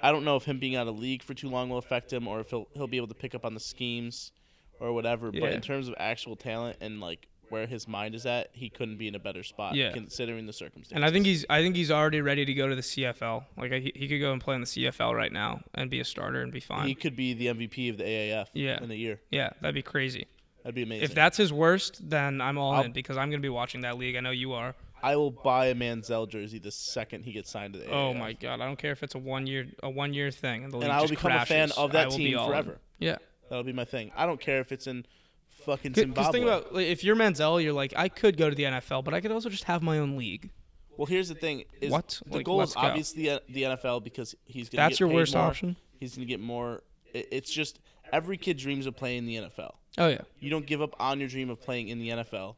Speaker 1: I don't know if him being out of league for too long will affect him, or if he'll he'll be able to pick up on the schemes or whatever. But
Speaker 2: Yeah.
Speaker 1: in terms of actual talent and like where his mind is at, he couldn't be in a better spot
Speaker 2: Yeah.
Speaker 1: considering the circumstances.
Speaker 2: and I think he's I think he's already ready to go to the CFL. Like he, he could go and play in the CFL right now and be a starter and be fine.
Speaker 1: he could be the MVP of the AAF
Speaker 2: Yeah.
Speaker 1: in a year.
Speaker 2: yeah, that'd be crazy.
Speaker 1: That'd be amazing.
Speaker 2: If that's his worst, then I'm all
Speaker 1: I'll-
Speaker 2: in because I'm going to be watching that league. I know you are.
Speaker 1: I will buy a Manziel jersey the second he gets signed to the AAF.
Speaker 2: Oh my god, I don't care if it's a one year a one year thing and the league
Speaker 1: And I will
Speaker 2: just
Speaker 1: become a
Speaker 2: crashes.
Speaker 1: fan of
Speaker 2: I
Speaker 1: that
Speaker 2: will be
Speaker 1: team
Speaker 2: all in.
Speaker 1: forever.
Speaker 2: Yeah.
Speaker 1: That'll be my thing. I don't care if it's in fucking
Speaker 2: Because
Speaker 1: Zimbabwe.
Speaker 2: think about like, if you're Manziel, you're like I could go to the NFL, but I could also just have my own league.
Speaker 1: well, here's the thing: is
Speaker 2: What?
Speaker 1: the
Speaker 2: Like,
Speaker 1: goal
Speaker 2: let's
Speaker 1: is
Speaker 2: go.
Speaker 1: obviously the the NFL because he's gonna
Speaker 2: That's
Speaker 1: get
Speaker 2: your
Speaker 1: paid
Speaker 2: worst
Speaker 1: more.
Speaker 2: option?
Speaker 1: He's gonna get more. i- It's just every kid dreams of playing in the NFL.
Speaker 2: Oh yeah,
Speaker 1: You don't give up on your dream of playing in the NFL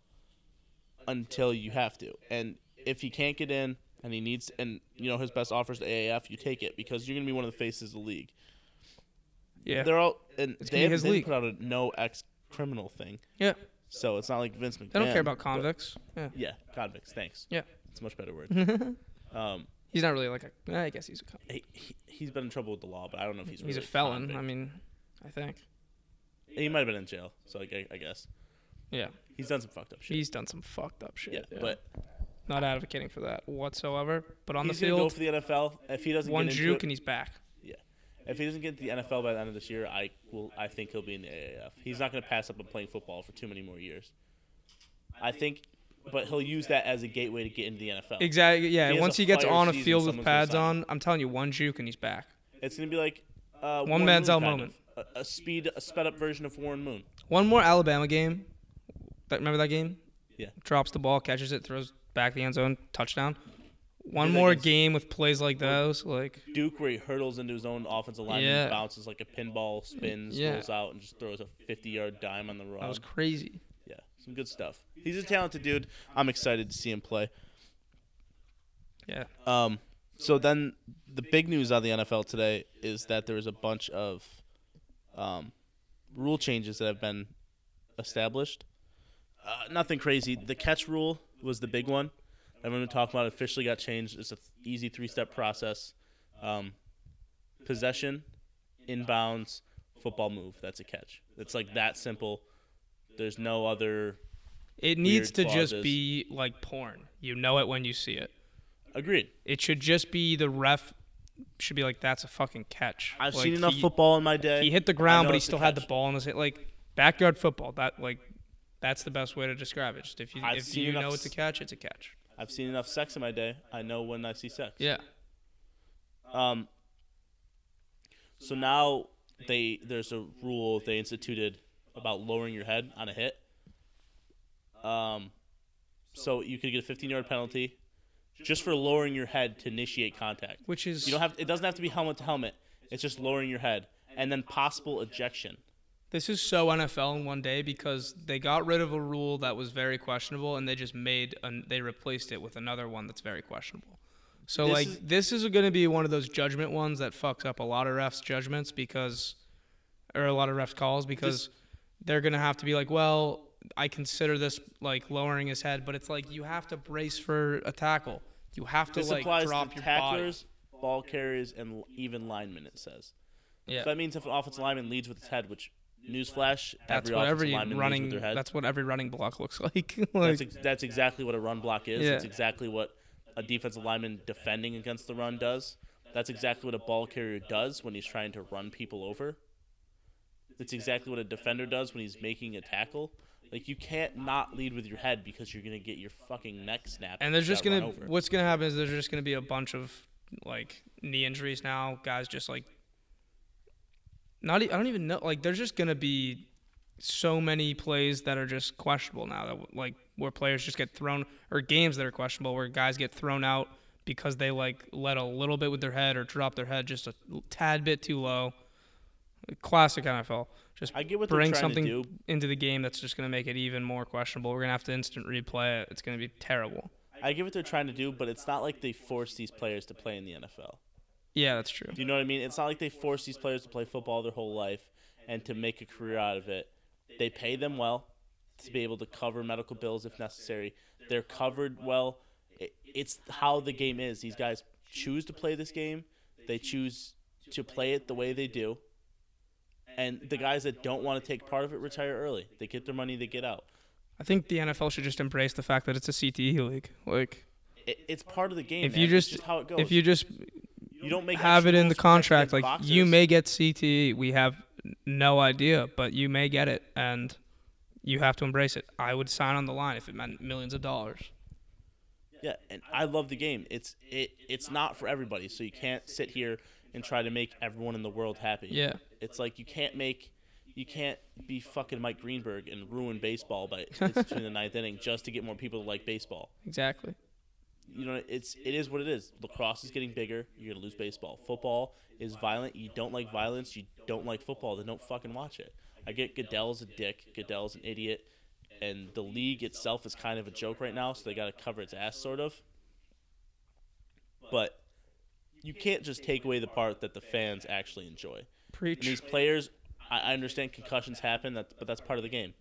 Speaker 1: until you have to. And if he can't get in, and he needs, and you know his best offers to AAF, you take it because you're gonna be one of the faces of the league.
Speaker 2: yeah,
Speaker 1: They're all and
Speaker 2: It's gonna be
Speaker 1: they haven't
Speaker 2: his
Speaker 1: been
Speaker 2: league.
Speaker 1: put out a no ex criminal thing,
Speaker 2: yeah.
Speaker 1: so it's not like Vince McMahon.
Speaker 2: They don't care about
Speaker 1: but-
Speaker 2: convicts. Yeah,
Speaker 1: Yeah, convicts. Thanks.
Speaker 2: yeah.
Speaker 1: It's a much better word. um,
Speaker 2: He's not really like a. I guess he's a con-
Speaker 1: he, he- he's been in trouble with the law, but I don't know if he's.
Speaker 2: he's a
Speaker 1: really
Speaker 2: felon.
Speaker 1: convict.
Speaker 2: I mean, I think.
Speaker 1: he might have been in jail, so like, I, I guess
Speaker 2: Yeah,
Speaker 1: he's done some fucked up shit.
Speaker 2: he's done some fucked up shit.
Speaker 1: yeah, but
Speaker 2: not advocating for that whatsoever. But on the
Speaker 1: he's gonna go
Speaker 2: field,
Speaker 1: for the NFL. If he doesn't
Speaker 2: one
Speaker 1: get into
Speaker 2: juke
Speaker 1: it-
Speaker 2: and he's back.
Speaker 1: yeah, if he doesn't get to the NFL by the end of this year, I will. I think he'll be in the AAF. He's not going to pass up on playing football for too many more years. I think, but he'll use that as a gateway to get into the NFL.
Speaker 2: Exactly. Yeah.
Speaker 1: He has
Speaker 2: Once
Speaker 1: a
Speaker 2: he gets
Speaker 1: fire
Speaker 2: on a
Speaker 1: season,
Speaker 2: field with
Speaker 1: someone's gonna
Speaker 2: pads
Speaker 1: sign
Speaker 2: on, I'm telling you, one juke and he's back.
Speaker 1: It's going to be like uh,
Speaker 2: One
Speaker 1: Warren
Speaker 2: Manziel
Speaker 1: Moon kind
Speaker 2: moment.
Speaker 1: of. a, a speed, a sped up version of Warren Moon.
Speaker 2: One more Alabama game. That, remember that game?
Speaker 1: Yeah.
Speaker 2: Drops the ball, catches it, throws back the end zone, touchdown. One
Speaker 1: Did that
Speaker 2: more
Speaker 1: against-
Speaker 2: game with plays like those, like
Speaker 1: Duke where he hurdles into his own offensive line
Speaker 2: Yeah.
Speaker 1: and bounces like a pinball, spins,
Speaker 2: Yeah.
Speaker 1: rolls out, and just throws a 50 yard dime on the run.
Speaker 2: that was crazy.
Speaker 1: yeah, some good stuff. He's a talented dude. I'm excited to see him play.
Speaker 2: Yeah.
Speaker 1: Um, so then the big news out of the NFL today is that there is a bunch of um, rule changes that have been established. Uh, nothing crazy. The catch rule was the big one. Everyone been talking about it officially got changed. It's an easy three step process. Um, possession, inbounds, football move. That's a catch. It's like that simple. There's no other.
Speaker 2: It needs to
Speaker 1: Weird
Speaker 2: just
Speaker 1: clauses.
Speaker 2: be like porn. You know it when you see it.
Speaker 1: Agreed.
Speaker 2: It should just be the ref should be like, that's a fucking catch.
Speaker 1: I've
Speaker 2: Like,
Speaker 1: seen enough
Speaker 2: he-
Speaker 1: football in my day.
Speaker 2: He hit the
Speaker 1: I
Speaker 2: ground,
Speaker 1: know
Speaker 2: but he
Speaker 1: it's a
Speaker 2: still had the
Speaker 1: catch.
Speaker 2: ball in his hand. Like backyard football. That like, that's the best way to describe it. Just if you
Speaker 1: I've
Speaker 2: if
Speaker 1: seen
Speaker 2: you
Speaker 1: enough
Speaker 2: know it's
Speaker 1: s-
Speaker 2: a catch, it's a catch.
Speaker 1: I've seen enough sex in my day. I know when I see sex.
Speaker 2: Yeah.
Speaker 1: Um. So now they there's a rule they instituted about lowering your head on a hit. Um, so you could get a 15 yard penalty just for lowering your head to initiate contact.
Speaker 2: which is
Speaker 1: You don't have it doesn't have to be helmet to helmet. It's just lowering your head and then possible ejection.
Speaker 2: This is so NFL in one day because they got rid of a rule that was very questionable and they just made an, they replaced it with another one that's very questionable. So
Speaker 1: This
Speaker 2: like
Speaker 1: is-
Speaker 2: this is going to be one of those judgment ones that fucks up a lot of refs judgments because or a lot of refs calls because they're going to have to be like, well, I consider this like lowering his head, but it's like you have to brace for a tackle. You have to
Speaker 1: This
Speaker 2: like
Speaker 1: applies
Speaker 2: drop
Speaker 1: to
Speaker 2: your body.
Speaker 1: tacklers, ball carriers, and l- even linemen. It says.
Speaker 2: Yeah.
Speaker 1: So that means if an offensive lineman leads with his head, which newsflash,
Speaker 2: That's
Speaker 1: every
Speaker 2: what
Speaker 1: offensive
Speaker 2: every
Speaker 1: lineman
Speaker 2: running
Speaker 1: leads with their head.
Speaker 2: that's what every running block looks like. like
Speaker 1: That's, ex- that's exactly what a run block is.
Speaker 2: Yeah.
Speaker 1: It's exactly what a defensive lineman defending against the run does. That's exactly what a ball carrier does when he's trying to run people over. It's exactly what a defender does when he's making a tackle. Like you can't not lead with your head because you're gonna get your fucking neck snapped.
Speaker 2: And there's
Speaker 1: if you
Speaker 2: just
Speaker 1: got run
Speaker 2: gonna
Speaker 1: over.
Speaker 2: what's gonna happen is there's just gonna be a bunch of like knee injuries now. Guys just like not e- I don't even know like there's just gonna be so many plays that are just questionable now that like where players just get thrown or games that are questionable where guys get thrown out because they like let a little bit with their head or drop their head just a tad bit too low. Classic NFL. Just
Speaker 1: I get what they're
Speaker 2: bring
Speaker 1: trying
Speaker 2: something
Speaker 1: to do.
Speaker 2: into the game that's just gonna make it even more questionable. We're gonna have to instant replay it. It's gonna be terrible.
Speaker 1: I get what they're trying to do, but it's not like they force these players to play in the NFL.
Speaker 2: Yeah, that's true.
Speaker 1: Do you know what I mean? It's not like they force these players to play football their whole life and to make a career out of it. They pay them well to be able to cover medical bills if necessary. They're covered well. I- It's how the game is. These guys choose to play this game. They choose to play it the way they do. And the guys that don't want to take part of it retire early. They get their money, they get out.
Speaker 2: I think the NFL should just embrace the fact that it's a CTE league. Like
Speaker 1: It, it's part of the game.
Speaker 2: if
Speaker 1: man.
Speaker 2: you
Speaker 1: It's
Speaker 2: just,
Speaker 1: how it goes.
Speaker 2: if you just
Speaker 1: you don't make
Speaker 2: have it
Speaker 1: extra
Speaker 2: in the
Speaker 1: rules for protecting
Speaker 2: contract, like
Speaker 1: against
Speaker 2: you
Speaker 1: boxers.
Speaker 2: may get CTE. We have no idea, but you may get it, and you have to embrace it. I would sign on the line if it meant millions of dollars.
Speaker 1: Yeah, and I love the game. It's it it's not for everybody, so you can't sit here and try to make everyone in the world happy.
Speaker 2: Yeah.
Speaker 1: It's like you can't make you can't be fucking Mike Greenberg and ruin baseball by instituting the ninth inning just to get more people to like baseball.
Speaker 2: Exactly.
Speaker 1: You know, it's it is what it is. Lacrosse is getting bigger, you're gonna lose baseball. Football is violent, you don't like violence, you don't like football, then don't fucking watch it. I get Goodell's a dick, Goodell's an idiot, and the league itself is kind of a joke right now, so they gotta cover its ass sort of but you can't just take away the part that the fans actually enjoy. And
Speaker 2: Preach.
Speaker 1: these players, I I understand concussions happen, that, but that's part of the game.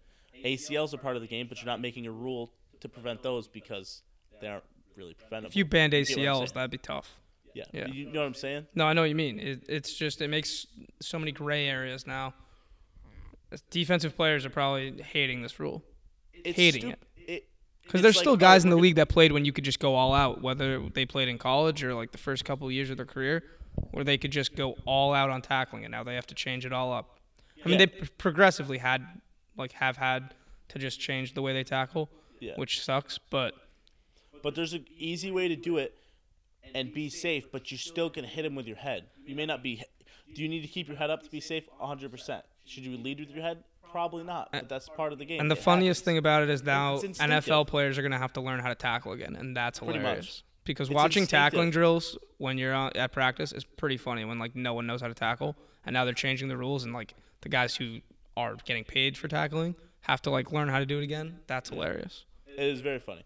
Speaker 1: ACLs are part of the game, but you're not making a rule to prevent those because they aren't really preventable.
Speaker 2: If you banned
Speaker 1: get what I'm
Speaker 2: ACLs,
Speaker 1: saying?
Speaker 2: that'd be tough.
Speaker 1: yeah.
Speaker 2: yeah.
Speaker 1: you know what I'm saying?
Speaker 2: No, I know what you mean. It, it's just it makes so many gray areas now. Defensive players are probably hating this rule.
Speaker 1: It's
Speaker 2: Hating
Speaker 1: stup- it.
Speaker 2: Because
Speaker 1: it's
Speaker 2: there's
Speaker 1: like,
Speaker 2: still
Speaker 1: oh,
Speaker 2: guys in the
Speaker 1: we're
Speaker 2: league that played when you could just go all out, whether they played in college or like the first couple of years of their career, where they could just go all out on tackling, and now they have to change it all up. I mean,
Speaker 1: Yeah.
Speaker 2: they pr- progressively had, like, have had to just change the way they tackle,
Speaker 1: Yeah.
Speaker 2: which sucks. But
Speaker 1: gonna- But there's an easy way to do it and be safe, but you still can hit him with your head. You may not be. Do you need to keep your head up to be safe? 100%. Should you lead with your head? Probably not, but that's part of the game.
Speaker 2: Uh, and the
Speaker 1: It
Speaker 2: funniest
Speaker 1: happens.
Speaker 2: thing about it is now
Speaker 1: it's
Speaker 2: NFL
Speaker 1: instinctive.
Speaker 2: players are gonna have to learn how to tackle again, and that's
Speaker 1: Pretty much.
Speaker 2: hilarious. Because
Speaker 1: It's
Speaker 2: watching tackling
Speaker 1: instinctive.
Speaker 2: drills when you're on, at practice is pretty funny when like no one knows how to tackle, and now they're changing the rules, and like the guys who are getting paid for tackling have to like learn how to do it again. That's hilarious.
Speaker 1: It is very funny.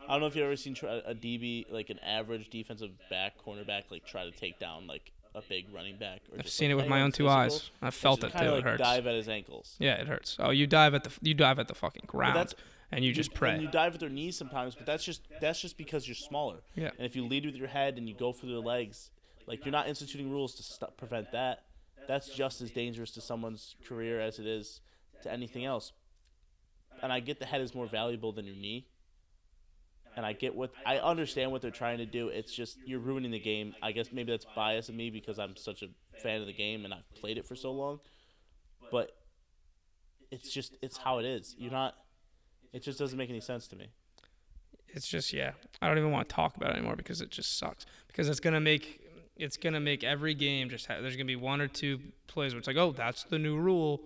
Speaker 1: I don't know if you've ever seen try, a DB, like an average defensive back, cornerback, like try to take down like a big running back. Or
Speaker 2: I've seen it with my own two eyes. I felt it
Speaker 1: kind of
Speaker 2: too. it
Speaker 1: like
Speaker 2: hurts.
Speaker 1: dive at his ankles.
Speaker 2: Yeah, it hurts. Oh, you dive at the you dive at the fucking ground,
Speaker 1: that's-
Speaker 2: and you just pray.
Speaker 1: And you dive with their knees sometimes, but that's just that's just because you're smaller.
Speaker 2: Yeah.
Speaker 1: And if you lead with your head and you go for their legs, like you're not instituting rules to stop, prevent that. That's just as dangerous to someone's career as it is to anything else. And I get the head is more valuable than your knee. And I get what I understand what they're trying to do. It's just you're ruining the game. I guess maybe that's bias of me because I'm such a fan of the game and I've played it for so long. But it's just it's how it is. You're not it just doesn't make any sense to me.
Speaker 2: it's just yeah i don't even want to talk about it anymore because it just sucks because it's going to make it's gonna make every game just ha- there's gonna be one or two plays where it's like, oh, that's the new rule,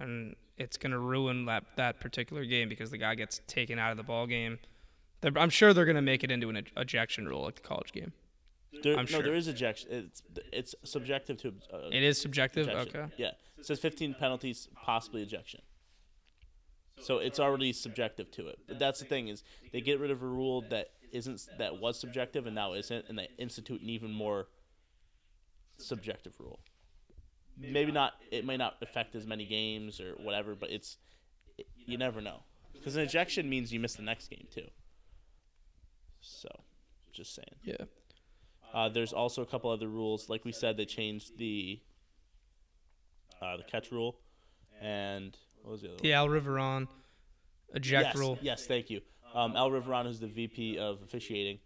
Speaker 2: and it's gonna ruin that that particular game because the guy gets taken out of the ball game. They're, I'm sure they're gonna make it into an ej- ejection rule like the college game.
Speaker 1: There,
Speaker 2: I'm
Speaker 1: no,
Speaker 2: sure.
Speaker 1: there is ejection. It's it's subjective to uh,
Speaker 2: It is subjective.
Speaker 1: ejection.
Speaker 2: Okay.
Speaker 1: Yeah, it says 15 penalties, possibly ejection. So it's already subjective to it. But that's the thing is they get rid of a rule that isn't that was subjective and now isn't, and they institute an even more subjective rule. Maybe not. It may not affect as many games or whatever, but it's it, you never know because an ejection means you miss the next game too. So, just saying.
Speaker 2: Yeah.
Speaker 1: Uh, there's also a couple other rules. Like we said, they changed the uh, the catch rule, and what was the other
Speaker 2: The
Speaker 1: one?
Speaker 2: Al Riveron eject
Speaker 1: yes,
Speaker 2: rule.
Speaker 1: Yes, thank you. Um, Al Riveron, who's the VP of officiating,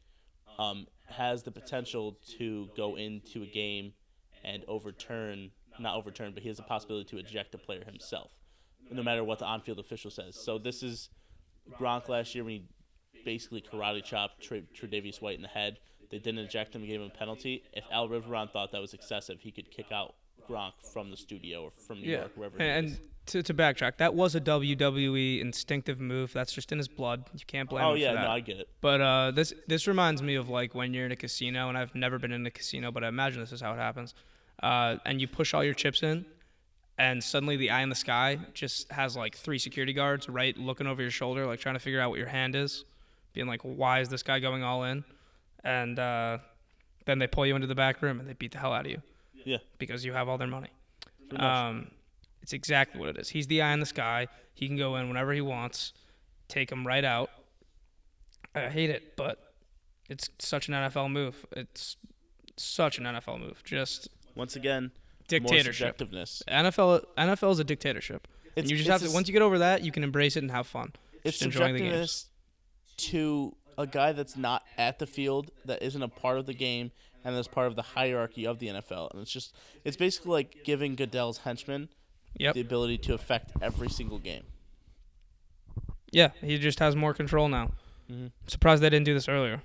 Speaker 1: um, has the potential to go into a game and overturn, not overturn, but he has the possibility to eject a player himself, no matter what the on-field official says. So this is Gronk last year when he basically karate chopped Tra- Tre'Davious White in the head. They didn't eject him, gave him a penalty. If Al Riveron thought that was excessive, he could kick out Gronk from the studio or from New
Speaker 2: Yeah.
Speaker 1: York, wherever. he
Speaker 2: And,
Speaker 1: is.
Speaker 2: and to, to backtrack, that was a WWE instinctive move. That's just in his blood. You can't blame
Speaker 1: oh
Speaker 2: him
Speaker 1: yeah,
Speaker 2: for that.
Speaker 1: no, I get it.
Speaker 2: But uh, this this reminds me of like when you're in a casino, and I've never been in a casino, but I imagine this is how it happens. Uh, and you push all your chips in, and suddenly the eye in the sky just has like three security guards right looking over your shoulder, like trying to figure out what your hand is, being like, "Why is this guy going all in?" And uh, then they pull you into the back room and they beat the hell out of you
Speaker 1: Yeah,
Speaker 2: because you have all their money.
Speaker 1: pretty much.
Speaker 2: Um, it's exactly what it is. He's the eye in the sky. He can go in whenever he wants, take him right out. I hate it, but it's such an NFL move. It's such an NFL move. Just
Speaker 1: Once again,
Speaker 2: dictatorship.
Speaker 1: More subjectiveness.
Speaker 2: NFL NFL is a dictatorship. and
Speaker 1: It's-
Speaker 2: you just
Speaker 1: it's
Speaker 2: have
Speaker 1: a
Speaker 2: to
Speaker 1: s-
Speaker 2: once you get over that, you can embrace it and have fun.
Speaker 1: It's
Speaker 2: just enjoying the games.
Speaker 1: subjectiveness to a guy that's not at the field, that isn't a part of the game, and that's part of the hierarchy of the NFL. And it's just, it's basically like giving Goodell's henchmen
Speaker 2: Yep.
Speaker 1: the ability to affect every single game.
Speaker 2: Yeah, he just has more control now.
Speaker 1: Mm-hmm.
Speaker 2: Surprised they didn't do this earlier.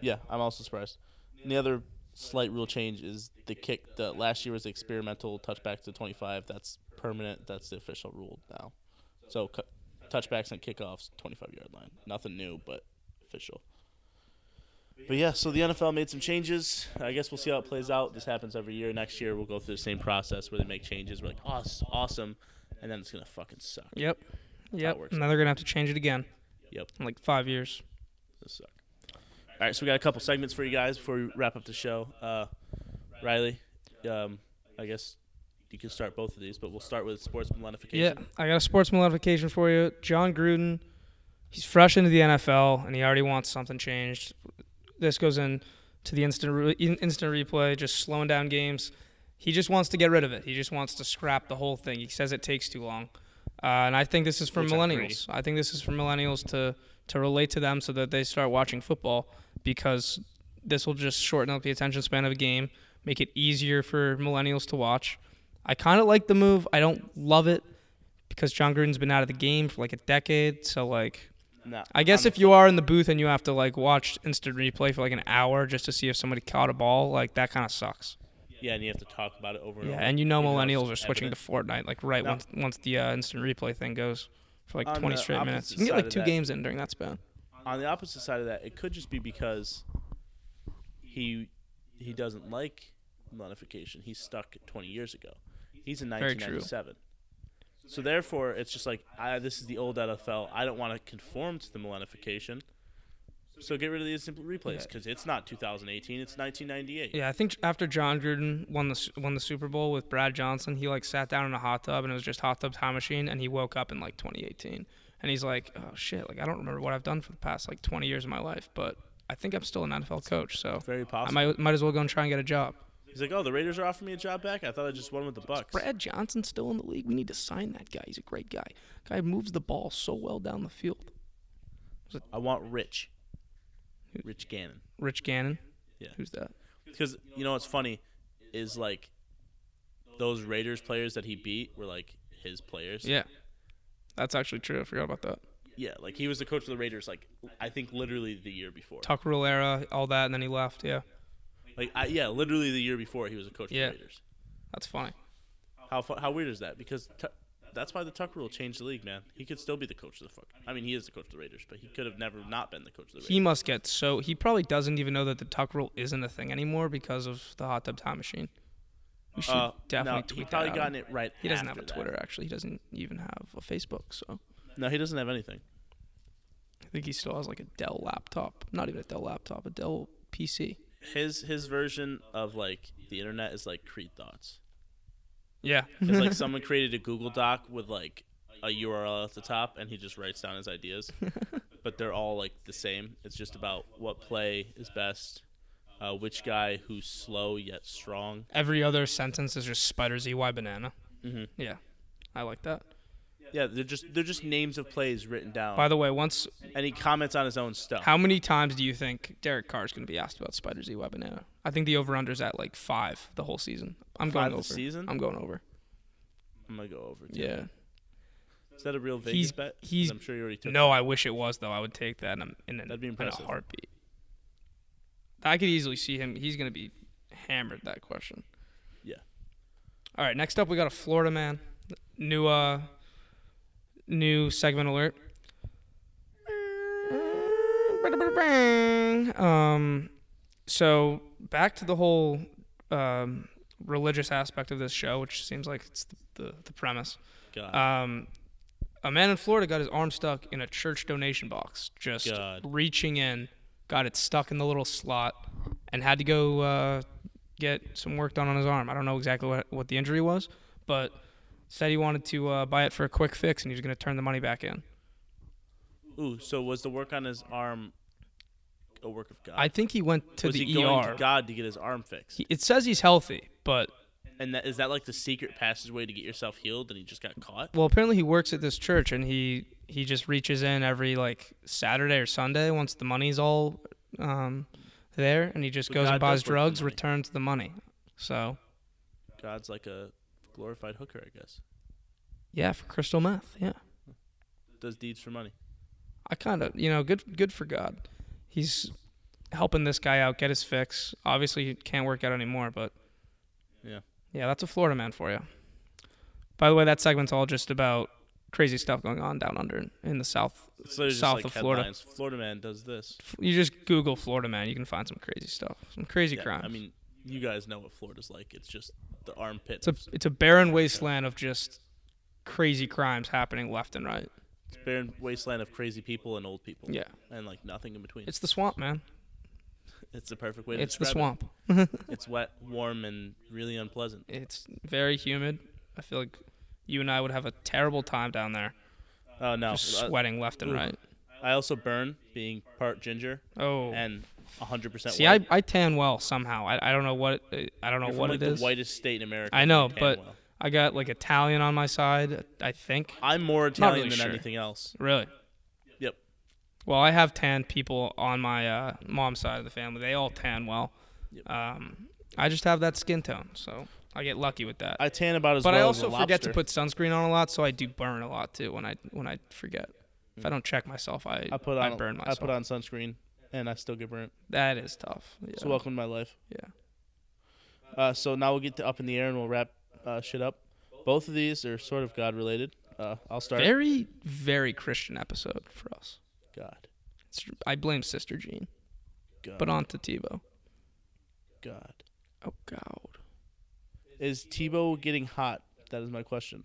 Speaker 1: Yeah, I'm also surprised. And the other slight rule change is the kick. The last year was the experimental touchback to 25. That's permanent. That's the official rule now. So cu- touchbacks and kickoffs, 25 yard line. Nothing new, but official. But yeah, so the NFL made some changes. I guess we'll see how it plays out. This happens every year. Next year we'll go through the same process where they make changes. We're like, oh, this is awesome, and then it's gonna fucking suck.
Speaker 2: Yep. Yep.
Speaker 1: works.
Speaker 2: Now they're gonna have to change it again.
Speaker 1: Yep.
Speaker 2: In like five years.
Speaker 1: This suck. All right, so we got a couple segments for you guys before we wrap up the show. Uh, Riley, um, I guess you can start both of these, but we'll start with sports
Speaker 2: Yeah,
Speaker 1: malenification.
Speaker 2: I got a sports modification for you. John Gruden, he's fresh into the NFL and he already wants something changed. This goes in to the instant re- in- instant replay, just slowing down games. He just wants to get rid of it. He just wants to scrap the whole thing. He says it takes too long, uh, and I think this is for
Speaker 1: Which I agree.
Speaker 2: millennials. I think this is for millennials to to relate to them so that they start watching football because this will just shorten up the attention span of a game, make it easier for millennials to watch. I kind of like the move. I don't love it because John Gruden's been out of the game for like a decade. So like,
Speaker 1: Nah,
Speaker 2: I guess
Speaker 1: I'm-
Speaker 2: if you are in the booth and you have to like watch instant replay for like an hour just to see if somebody caught a ball, like that kind of sucks.
Speaker 1: yeah, and you have to talk about it over and
Speaker 2: Yeah,
Speaker 1: over.
Speaker 2: and you know
Speaker 1: even though it's
Speaker 2: millennials are switching
Speaker 1: evident.
Speaker 2: to Fortnite like right
Speaker 1: No.
Speaker 2: once once the uh, instant replay thing goes for like
Speaker 1: On
Speaker 2: 20
Speaker 1: the
Speaker 2: straight minutes.
Speaker 1: opposite
Speaker 2: You can get
Speaker 1: side
Speaker 2: like
Speaker 1: of
Speaker 2: two
Speaker 1: that-
Speaker 2: games in during that span.
Speaker 1: on the opposite side of that, it could just be because he he doesn't like malenification. He's stuck 20 years ago. He's in
Speaker 2: Very true.
Speaker 1: 1997. So therefore, it's just like I, this is the old NFL. I don't want to conform to the malenification. So get rid of the instant replays because it's not 2018. It's 1998.
Speaker 2: Yeah, I think after John Gruden won the Su- won the Super Bowl with Brad Johnson, he like sat down in a hot tub and it was just hot tub time machine, and he woke up in like 2018, and he's like, oh shit, like I don't remember what I've done for the past like 20 years of my life, but I think I'm still an NFL coach, so
Speaker 1: Very
Speaker 2: I
Speaker 1: possible.
Speaker 2: might might as well go and try and get a job.
Speaker 1: He's like, oh, the Raiders are offering me a job back. I thought I just won with the Bucks.
Speaker 2: Brad Johnson's still in the league. We need to sign that guy. He's a great guy. Guy moves the ball so well down the field.
Speaker 1: I want Rich. Rich Gannon.
Speaker 2: Rich Gannon.
Speaker 1: Yeah.
Speaker 2: Who's that?
Speaker 1: Because you know what's funny is like those Raiders players that he beat were like his players.
Speaker 2: Yeah. That's actually true. I forgot about that.
Speaker 1: Yeah, like he was the coach of the Raiders. Like I think literally the year before.
Speaker 2: Tuck rule era, all that, and then he left. Yeah.
Speaker 1: Like I, yeah, literally the year before he was a coach
Speaker 2: Yeah.
Speaker 1: for the Raiders.
Speaker 2: That's funny.
Speaker 1: How fu- how weird is that? Because Tu that's why the Tuck rule changed the league, man. He could still be the coach of the fuck. I mean, he is the coach of the Raiders, but he could have never not been the coach of the Raiders.
Speaker 2: He must get so he probably doesn't even know that the tuck rule isn't a thing anymore because of the hot tub time machine. We should
Speaker 1: Uh,
Speaker 2: definitely
Speaker 1: no,
Speaker 2: tweet
Speaker 1: he
Speaker 2: that
Speaker 1: probably
Speaker 2: out.
Speaker 1: gotten it right.
Speaker 2: He doesn't have
Speaker 1: after
Speaker 2: a
Speaker 1: that.
Speaker 2: Twitter actually. He doesn't even have a Facebook, so
Speaker 1: No, he doesn't have anything.
Speaker 2: I think he still has like a Dell laptop. Not even a Dell laptop, a Dell PC.
Speaker 1: His his version of like the internet is like Creed thoughts.
Speaker 2: Yeah.
Speaker 1: It's like someone created a Google Doc with like a URL at the top, and he just writes down his ideas. but they're all like the same. It's just about what play is best, uh, which guy who's slow yet strong.
Speaker 2: Every other sentence is just spider ZY banana.
Speaker 1: Mhm.
Speaker 2: Yeah. I like that.
Speaker 1: Yeah, they're just they're just names of plays written down,
Speaker 2: By the way, once
Speaker 1: and he comments on his own stuff.
Speaker 2: how many times do you think Derek Carr is going to be asked about spider ZY banana? I think the over under's at like 5 the whole season. I'm
Speaker 1: Five
Speaker 2: going over.
Speaker 1: this season?
Speaker 2: I'm going over.
Speaker 1: I'm gonna go over. Too.
Speaker 2: Yeah.
Speaker 1: is that a real Vegas
Speaker 2: He's-
Speaker 1: bet? 'Cause
Speaker 2: he's-
Speaker 1: I'm sure you already took.
Speaker 2: No, I wish it was though. I would take that in a, in, a,
Speaker 1: That'd be
Speaker 2: in a
Speaker 1: impressive.
Speaker 2: heartbeat. I could easily see him. He's going to be hammered that question.
Speaker 1: Yeah.
Speaker 2: All right. Next up, we got a Florida man. New uh, new segment alert. Um, so back to the whole um, religious aspect of this show, which seems like it's the, the, the premise.
Speaker 1: God.
Speaker 2: Um, a man in Florida got his arm stuck in a church donation box, just
Speaker 1: God.
Speaker 2: reaching in, got it stuck in the little slot, and had to go uh, get some work done on his arm. I don't know exactly what, what the injury was, but said he wanted to uh, buy it for a quick fix and he was going to turn the money back in. uh,
Speaker 1: Ooh, so was the work on his arm a work of God?
Speaker 2: I think he went to
Speaker 1: was
Speaker 2: the
Speaker 1: he
Speaker 2: ER.
Speaker 1: going to God to get his arm fixed?
Speaker 2: He- it says he's healthy, but
Speaker 1: And that is that like the secret passageway to get yourself healed and he just got caught?
Speaker 2: well, apparently he works at this church and he he just reaches in every like Saturday or Sunday once the money's all um, there, and he just
Speaker 1: But
Speaker 2: goes and
Speaker 1: God does
Speaker 2: buys
Speaker 1: work for
Speaker 2: drugs,
Speaker 1: money.
Speaker 2: returns the money. So
Speaker 1: God's like a glorified hooker, I guess.
Speaker 2: yeah, for crystal meth, yeah.
Speaker 1: Does deeds for money.
Speaker 2: I kind of, you know, good good for God. He's helping this guy out, get his fix. Obviously, he can't work out anymore, but
Speaker 1: Yeah.
Speaker 2: yeah, that's a Florida man for you. By the way, that segment's all just about crazy stuff going on down under in- in the south.
Speaker 1: It's literally just
Speaker 2: South
Speaker 1: like
Speaker 2: of Florida.
Speaker 1: headlines. Florida man does this.
Speaker 2: You just Google Florida man, you can find some crazy stuff, some crazy
Speaker 1: Yeah,
Speaker 2: crimes.
Speaker 1: I mean, you guys know what Florida's like. It's just the armpit.
Speaker 2: it's a it's a barren wasteland of just crazy crimes happening left and right.
Speaker 1: It's a barren wasteland of crazy people and old people.
Speaker 2: Yeah,
Speaker 1: And like nothing in between. It's,
Speaker 2: it's the swamp, man.
Speaker 1: the perfect way to
Speaker 2: It's the
Speaker 1: describe
Speaker 2: swamp.
Speaker 1: it. It's wet, warm, and really unpleasant.
Speaker 2: It's very humid. I feel like you and I would have a terrible time down there,
Speaker 1: Oh no.
Speaker 2: just
Speaker 1: Uh,
Speaker 2: sweating left and
Speaker 1: ooh.
Speaker 2: right.
Speaker 1: I also burn being part ginger
Speaker 2: Oh,
Speaker 1: and 100%
Speaker 2: see,
Speaker 1: white.
Speaker 2: I, I tan well somehow. I, I don't know what uh, I don't know
Speaker 1: You're from,
Speaker 2: what
Speaker 1: like
Speaker 2: it
Speaker 1: the
Speaker 2: is.
Speaker 1: whitest state in America.
Speaker 2: I know,
Speaker 1: Tan
Speaker 2: but
Speaker 1: well.
Speaker 2: I got like Italian on my side. I think
Speaker 1: I'm more Italian
Speaker 2: really
Speaker 1: than
Speaker 2: sure.
Speaker 1: anything else.
Speaker 2: really.
Speaker 1: Yep.
Speaker 2: Well, I have tan people on my uh, mom's side of the family. They all tan well.
Speaker 1: Yep.
Speaker 2: Um, I just have that skin tone, so I get lucky with that.
Speaker 1: I tan about as
Speaker 2: but
Speaker 1: well
Speaker 2: I
Speaker 1: as a
Speaker 2: also forget to
Speaker 1: lobster.
Speaker 2: put sunscreen on a lot, so I do burn a lot too when I when I forget. If I don't check myself, I
Speaker 1: Mm. I put on.
Speaker 2: I burn
Speaker 1: I
Speaker 2: myself.
Speaker 1: put on sunscreen, and I still get burnt.
Speaker 2: That is tough. Yeah.
Speaker 1: So welcome to my life.
Speaker 2: Yeah.
Speaker 1: Uh, so now we'll get to up in the air, and we'll wrap uh, shit up. Both of these are sort of God related. Uh, I'll start.
Speaker 2: Very very Christian episode for us.
Speaker 1: God.
Speaker 2: It's, I blame Sister Jean,
Speaker 1: God.
Speaker 2: but uh, on to Tebow.
Speaker 1: God.
Speaker 2: Oh God.
Speaker 1: Is Tebow getting hot? That is my question.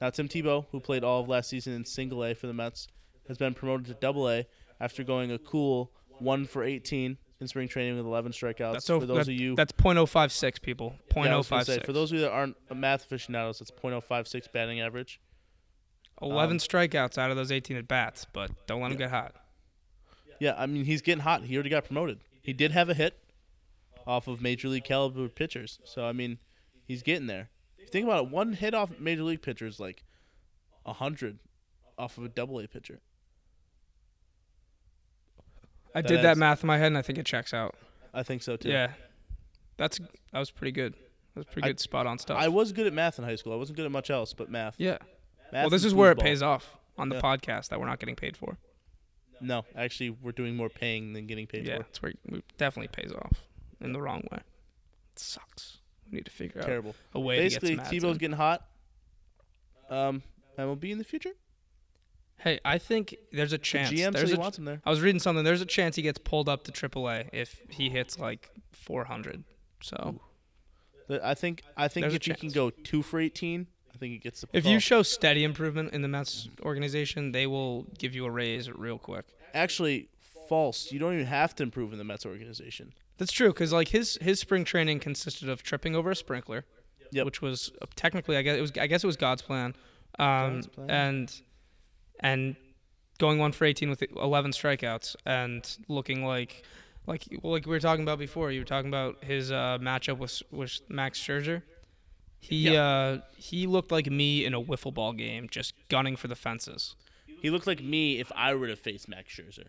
Speaker 1: Now, Tim Tebow, who played all of last season in single A for the Mets, has been promoted to double A after going a cool 1 for 18 in spring training with 11 strikeouts.
Speaker 2: That's
Speaker 1: for
Speaker 2: over.
Speaker 1: those
Speaker 2: that,
Speaker 1: of you
Speaker 2: That's .056 people.
Speaker 1: Yeah, I was gonna
Speaker 2: .056.
Speaker 1: say, for those of you that aren't math aficionados, it's .056 batting average.
Speaker 2: Eleven
Speaker 1: um,
Speaker 2: strikeouts out of those eighteen at bats, but don't let them get hot.
Speaker 1: Yeah, I mean he's getting hot. He already got promoted. He did have a hit off of major league caliber pitchers. So I mean, he's getting there. If you think about it, one hit off major league pitchers is like a hundred off of a double A pitcher.
Speaker 2: I
Speaker 1: That
Speaker 2: did that
Speaker 1: adds-
Speaker 2: math in my head, and I think it checks out.
Speaker 1: I think so too.
Speaker 2: Yeah. That's that was pretty good. That was pretty
Speaker 1: I-
Speaker 2: good spot on stuff.
Speaker 1: I was good at math in high school. I wasn't good at much else but math.
Speaker 2: yeah.
Speaker 1: Math
Speaker 2: well, this
Speaker 1: and
Speaker 2: is where it
Speaker 1: foosball.
Speaker 2: pays off on the
Speaker 1: Yeah.
Speaker 2: podcast that we're not getting paid for.
Speaker 1: No, actually, we're doing more paying than getting paid
Speaker 2: yeah,
Speaker 1: for.
Speaker 2: it's where it definitely pays off. in the wrong way. It sucks. We need to figure out
Speaker 1: Terrible.
Speaker 2: a way
Speaker 1: Basically,
Speaker 2: to get some ads
Speaker 1: Tebow's
Speaker 2: in.
Speaker 1: getting hot. Um, MLB in the future.
Speaker 2: Hey, I think there's a
Speaker 1: The
Speaker 2: chance.
Speaker 1: GM said
Speaker 2: there's
Speaker 1: he
Speaker 2: a,
Speaker 1: wants him there.
Speaker 2: I was reading something. There's a chance he gets pulled up to AAA if he hits like 400. So
Speaker 1: But I think I think
Speaker 2: There's a
Speaker 1: if he can
Speaker 2: chance.
Speaker 1: go two for eighteen, I think he gets the.
Speaker 2: if you
Speaker 1: call.
Speaker 2: show steady improvement in the Mets organization, they will give you a raise real quick.
Speaker 1: actually false, you don't even have to improve in the Mets organization.
Speaker 2: That's true because like his his spring training consisted of tripping over a sprinkler,
Speaker 1: Yep.
Speaker 2: which was uh, technically I guess it was I guess it was God's plan, um,
Speaker 1: God's plan.
Speaker 2: and and going one for eighteen with eleven strikeouts and looking like like well, like we were talking about before. You were talking about his uh, matchup with with Max Scherzer. He
Speaker 1: Yeah.
Speaker 2: uh, he looked like me in a wiffle ball game, just gunning for the fences.
Speaker 1: He looked like me if I were to face Max Scherzer.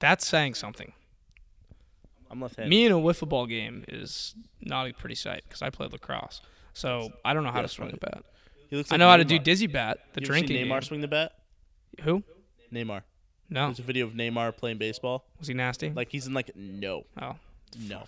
Speaker 2: That's saying something.
Speaker 1: I'm left-handed.
Speaker 2: Me in a wiffle ball game is not a pretty sight because I play lacrosse. So I don't know how
Speaker 1: Yeah,
Speaker 2: to swing a bat.
Speaker 1: He looks
Speaker 2: I
Speaker 1: like
Speaker 2: know how to
Speaker 1: Neymar.
Speaker 2: do dizzy bat, the
Speaker 1: You ever seen
Speaker 2: drinking.
Speaker 1: Neymar
Speaker 2: game.
Speaker 1: swing the bat.
Speaker 2: Who?
Speaker 1: Neymar.
Speaker 2: No.
Speaker 1: There's a video of Neymar playing baseball.
Speaker 2: Was he nasty?
Speaker 1: Like he's in like no,
Speaker 2: oh,
Speaker 1: no.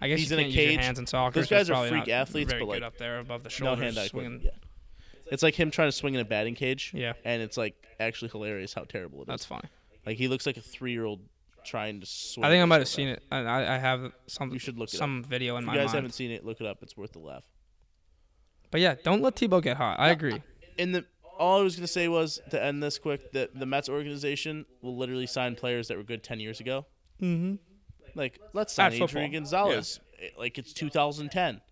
Speaker 2: I guess
Speaker 1: he's
Speaker 2: you
Speaker 1: in a
Speaker 2: can't use your
Speaker 1: cage.
Speaker 2: hands in soccer.
Speaker 1: Those
Speaker 2: so it's
Speaker 1: guys are
Speaker 2: probably
Speaker 1: freak
Speaker 2: not
Speaker 1: athletes,
Speaker 2: very
Speaker 1: but,
Speaker 2: good
Speaker 1: like,
Speaker 2: up there above
Speaker 1: no
Speaker 2: the shoulders.
Speaker 1: hand eye
Speaker 2: swinging.
Speaker 1: swing. Yeah. It's like him trying to swing in a batting cage.
Speaker 2: Yeah.
Speaker 1: And it's like actually hilarious how terrible it is.
Speaker 2: That's funny.
Speaker 1: like he looks like a three year old trying to swing.
Speaker 2: I think I
Speaker 1: a
Speaker 2: might have
Speaker 1: baseball
Speaker 2: seen it. I, I I have some
Speaker 1: You should look it up.
Speaker 2: some video
Speaker 1: bat.
Speaker 2: in my
Speaker 1: If you guys
Speaker 2: mind.
Speaker 1: haven't seen it, look it up. It's worth the laugh.
Speaker 2: But yeah, don't let Tebow get hot. I agree.
Speaker 1: And the all I was gonna say was to end this quick that the Mets organization will literally sign players that were good ten years ago.
Speaker 2: Mm-hmm.
Speaker 1: Like let's sign
Speaker 2: At
Speaker 1: Adrian
Speaker 2: football.
Speaker 1: Gonzalez. It- Like it's 2010.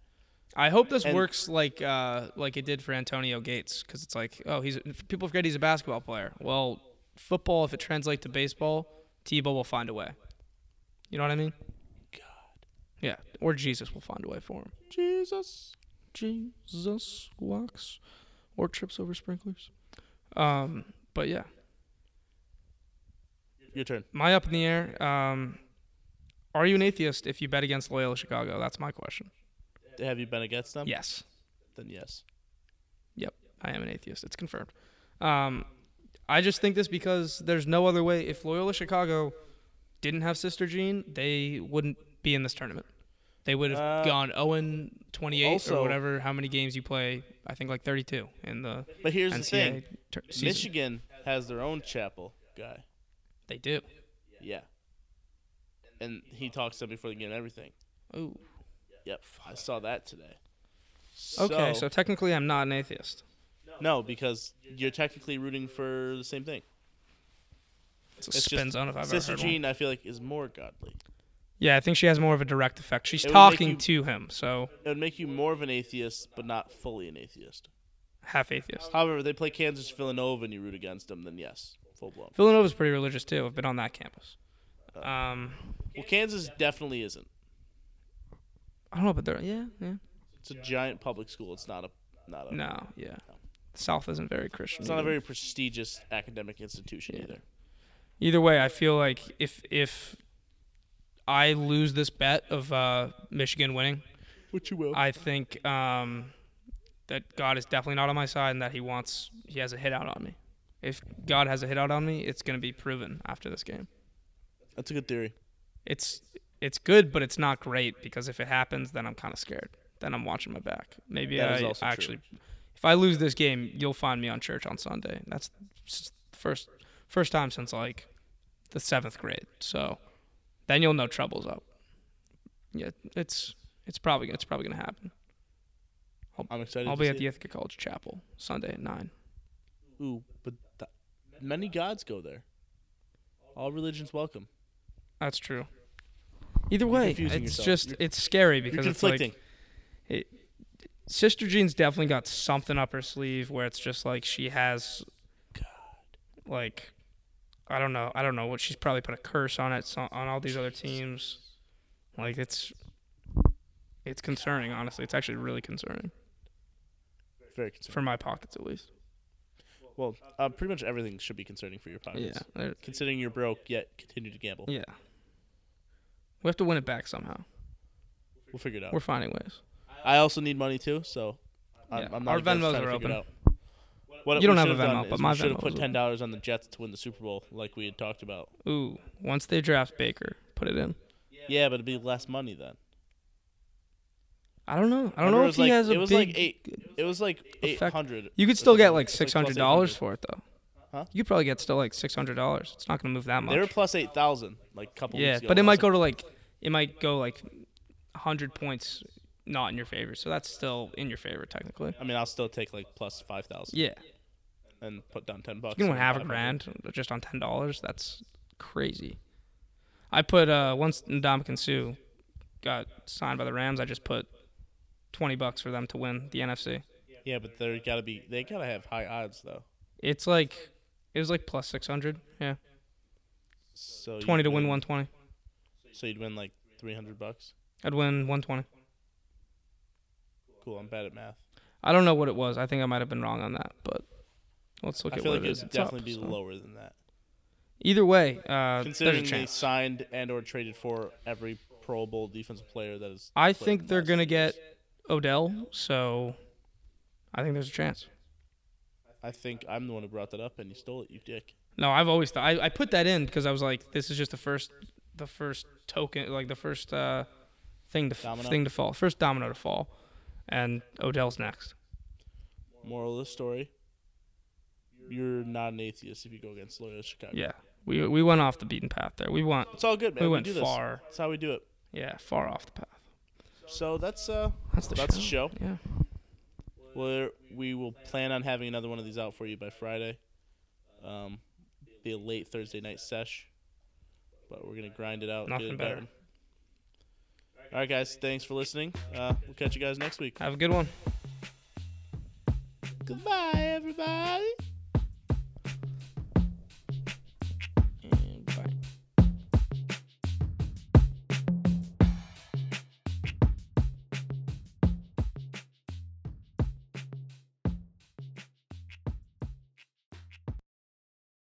Speaker 2: I hope this
Speaker 1: And-
Speaker 2: works like uh, like it did for Antonio Gates because it's like oh he's people forget he's a basketball player. Well, football if it translates to baseball, Tebow will find a way. You know what I mean?
Speaker 1: God.
Speaker 2: Yeah, or Jesus will find a way for him.
Speaker 1: Jesus.
Speaker 2: Jesus walks or trips over sprinklers. Um, but yeah,
Speaker 1: Your turn.
Speaker 2: my up in the air. Um, are you an atheist if you bet against Loyola Chicago? That's my question.
Speaker 1: Have you been against them?
Speaker 2: Yes.
Speaker 1: Then yes.
Speaker 2: Yep, I am an atheist. It's confirmed. Um, I just think this because there's no other way. If Loyola Chicago didn't have Sister Jean, they wouldn't be in this tournament. They would have
Speaker 1: Uh,
Speaker 2: gone 0 28 or
Speaker 1: also-
Speaker 2: whatever, how many games you play. I think like 32 in the
Speaker 1: But here's the
Speaker 2: NCAA
Speaker 1: thing.
Speaker 2: tur- season.
Speaker 1: Michigan has their own chapel guy.
Speaker 2: They do.
Speaker 1: Yeah. And he talks to them before the game and everything.
Speaker 2: Ooh.
Speaker 1: Yep. I saw that today.
Speaker 2: Okay, so technically I'm not an atheist.
Speaker 1: no, because you're technically rooting for the same thing.
Speaker 2: It's a
Speaker 1: It's
Speaker 2: spin
Speaker 1: just-
Speaker 2: zone if I've ever
Speaker 1: Sister
Speaker 2: heard one.
Speaker 1: Jean, I feel like, is more godly.
Speaker 2: Yeah, I think she has more of a direct effect. She's
Speaker 1: It would make
Speaker 2: talking
Speaker 1: you-
Speaker 2: to him, so
Speaker 1: It would make you more of an atheist, but not fully an atheist.
Speaker 2: half atheist.
Speaker 1: However, they play Kansas Villanova and you root against them, then yes, full blown.
Speaker 2: Villanova's pretty religious too. I've been on that campus.
Speaker 1: Uh.
Speaker 2: Um,
Speaker 1: Well, Kansas definitely isn't.
Speaker 2: I don't know, but they're yeah, yeah.
Speaker 1: It's a giant public school. It's not a not a.
Speaker 2: No, yeah. South isn't very Christian.
Speaker 1: It's not a
Speaker 2: either.
Speaker 1: very prestigious academic institution
Speaker 2: Yeah.
Speaker 1: either.
Speaker 2: Either way, I feel like if if I lose this bet of uh, Michigan winning,
Speaker 1: Which you will.
Speaker 2: I think um, that God is definitely not on my side and that He wants He has a hit out on me. If God has a hit out on me, it's going to be proven after this game.
Speaker 1: That's a good theory.
Speaker 2: It's it's good, but it's not great because if it happens, then I'm kind of scared. Then I'm watching my back. Maybe
Speaker 1: That is
Speaker 2: I
Speaker 1: also true.
Speaker 2: actually, if I lose this game, you'll find me on church on Sunday. That's s- first first time since like the seventh grade. So then you'll know trouble's up. Yeah, it's it's probably it's probably gonna happen.
Speaker 1: I'm excited.
Speaker 2: I'll
Speaker 1: to
Speaker 2: be
Speaker 1: see
Speaker 2: at the
Speaker 1: it.
Speaker 2: Ithaca College Chapel Sunday at nine.
Speaker 1: Ooh, but th- many gods go there. All religions welcome.
Speaker 2: That's true. Either way, it's
Speaker 1: confusing yourself.
Speaker 2: just
Speaker 1: You're-
Speaker 2: it's scary
Speaker 1: You're
Speaker 2: because it's like
Speaker 1: conflicting.
Speaker 2: Sister Jean's definitely got something up her sleeve where it's just like she has, like, I don't know, I don't know what she's probably put a curse on it so, on all these other teams. Like it's, it's concerning. Honestly, it's actually really concerning
Speaker 1: Very concerning.
Speaker 2: for my pockets at least.
Speaker 1: Well, uh, pretty much everything should be concerning for your pockets.
Speaker 2: there-
Speaker 1: Considering you're broke, yet continue to gamble.
Speaker 2: yeah. We have to win it back somehow.
Speaker 1: We'll figure it out.
Speaker 2: We're finding ways.
Speaker 1: I also need money too, so I'm,
Speaker 2: Yeah,
Speaker 1: I'm not
Speaker 2: our
Speaker 1: against trying
Speaker 2: Venmos
Speaker 1: to
Speaker 2: are
Speaker 1: figure it
Speaker 2: open.
Speaker 1: out. What
Speaker 2: You don't
Speaker 1: we
Speaker 2: have
Speaker 1: should
Speaker 2: a Venmo,
Speaker 1: done is
Speaker 2: but my
Speaker 1: we should have
Speaker 2: Venmo
Speaker 1: put
Speaker 2: is
Speaker 1: ten
Speaker 2: open.
Speaker 1: dollars on the Jets to win the Super Bowl, like we had talked about.
Speaker 2: Ooh, once they draft Baker, put it in.
Speaker 1: Yeah, but it'd be less money then.
Speaker 2: I don't know. I
Speaker 1: Remember,
Speaker 2: don't know
Speaker 1: it
Speaker 2: if
Speaker 1: was
Speaker 2: he
Speaker 1: like-
Speaker 2: has a
Speaker 1: It was
Speaker 2: big.
Speaker 1: like eight. It was like eight
Speaker 2: effect.
Speaker 1: hundred.
Speaker 2: you could still get like six hundred dollars for it though.
Speaker 1: Huh?
Speaker 2: You could probably get still like six hundred dollars. It's not gonna move that much.
Speaker 1: They were plus eight thousand, like a couple.
Speaker 2: yeah,
Speaker 1: weeks ago,
Speaker 2: but it
Speaker 1: plus
Speaker 2: might go to like it might go like hundred points not in your favor. So that's still in your favor technically.
Speaker 1: I mean, I'll still take like plus five thousand
Speaker 2: Yeah,
Speaker 1: and put down ten bucks.
Speaker 2: you can win
Speaker 1: and
Speaker 2: half a
Speaker 1: 500.
Speaker 2: grand just on ten dollars. That's crazy. I put uh once Ndamukong Sue got signed by the Rams, I just put twenty bucks for them to win the NFC.
Speaker 1: Yeah, but they're gotta be. They gotta have high odds though.
Speaker 2: It's like it was like plus six hundred. Yeah,
Speaker 1: So you'd
Speaker 2: twenty to win one twenty.
Speaker 1: So you'd win like three hundred bucks.
Speaker 2: I'd win one twenty.
Speaker 1: Cool. I'm bad at math.
Speaker 2: I don't know what it was. I think I might have been wrong on that, but let's look
Speaker 1: I
Speaker 2: at
Speaker 1: feel
Speaker 2: what
Speaker 1: like
Speaker 2: it
Speaker 1: it'd
Speaker 2: is. It's up,
Speaker 1: definitely be
Speaker 2: so-
Speaker 1: lower than that,
Speaker 2: Either way, uh, there's a
Speaker 1: considering they
Speaker 2: chance.
Speaker 1: signed and or traded for every Pro Bowl defensive player that is. played
Speaker 2: I
Speaker 1: in
Speaker 2: think
Speaker 1: the
Speaker 2: they're
Speaker 1: last
Speaker 2: gonna
Speaker 1: few years.
Speaker 2: get Odell, so I think there's a chance.
Speaker 1: I think I'm the one who brought that up, and you stole it, you dick.
Speaker 2: No, I've always thought I, I put that in because I was like, this is just the first, the first token, like the first uh, thing to
Speaker 1: Domino?
Speaker 2: thing to fall, first domino to fall, and Odell's next.
Speaker 1: Moral of the story: You're not an atheist if you go against Loyola Chicago.
Speaker 2: Yeah, we we went off the beaten path there. We went
Speaker 1: It's all good, man.
Speaker 2: we went
Speaker 1: do this.
Speaker 2: far,
Speaker 1: That's how we do it.
Speaker 2: yeah, far off the path.
Speaker 1: So that's uh,
Speaker 2: That's the
Speaker 1: that's the
Speaker 2: show.
Speaker 1: show.
Speaker 2: Yeah,
Speaker 1: We're, we will plan on having another one of these out for you by Friday. Um, be a late Thursday night sesh, but we're gonna grind it out. and
Speaker 2: Nothing
Speaker 1: get it
Speaker 2: better.
Speaker 1: done. All right, guys. Thanks for listening. Uh, we'll catch you guys next week.
Speaker 2: have a good one.
Speaker 1: Goodbye, everybody.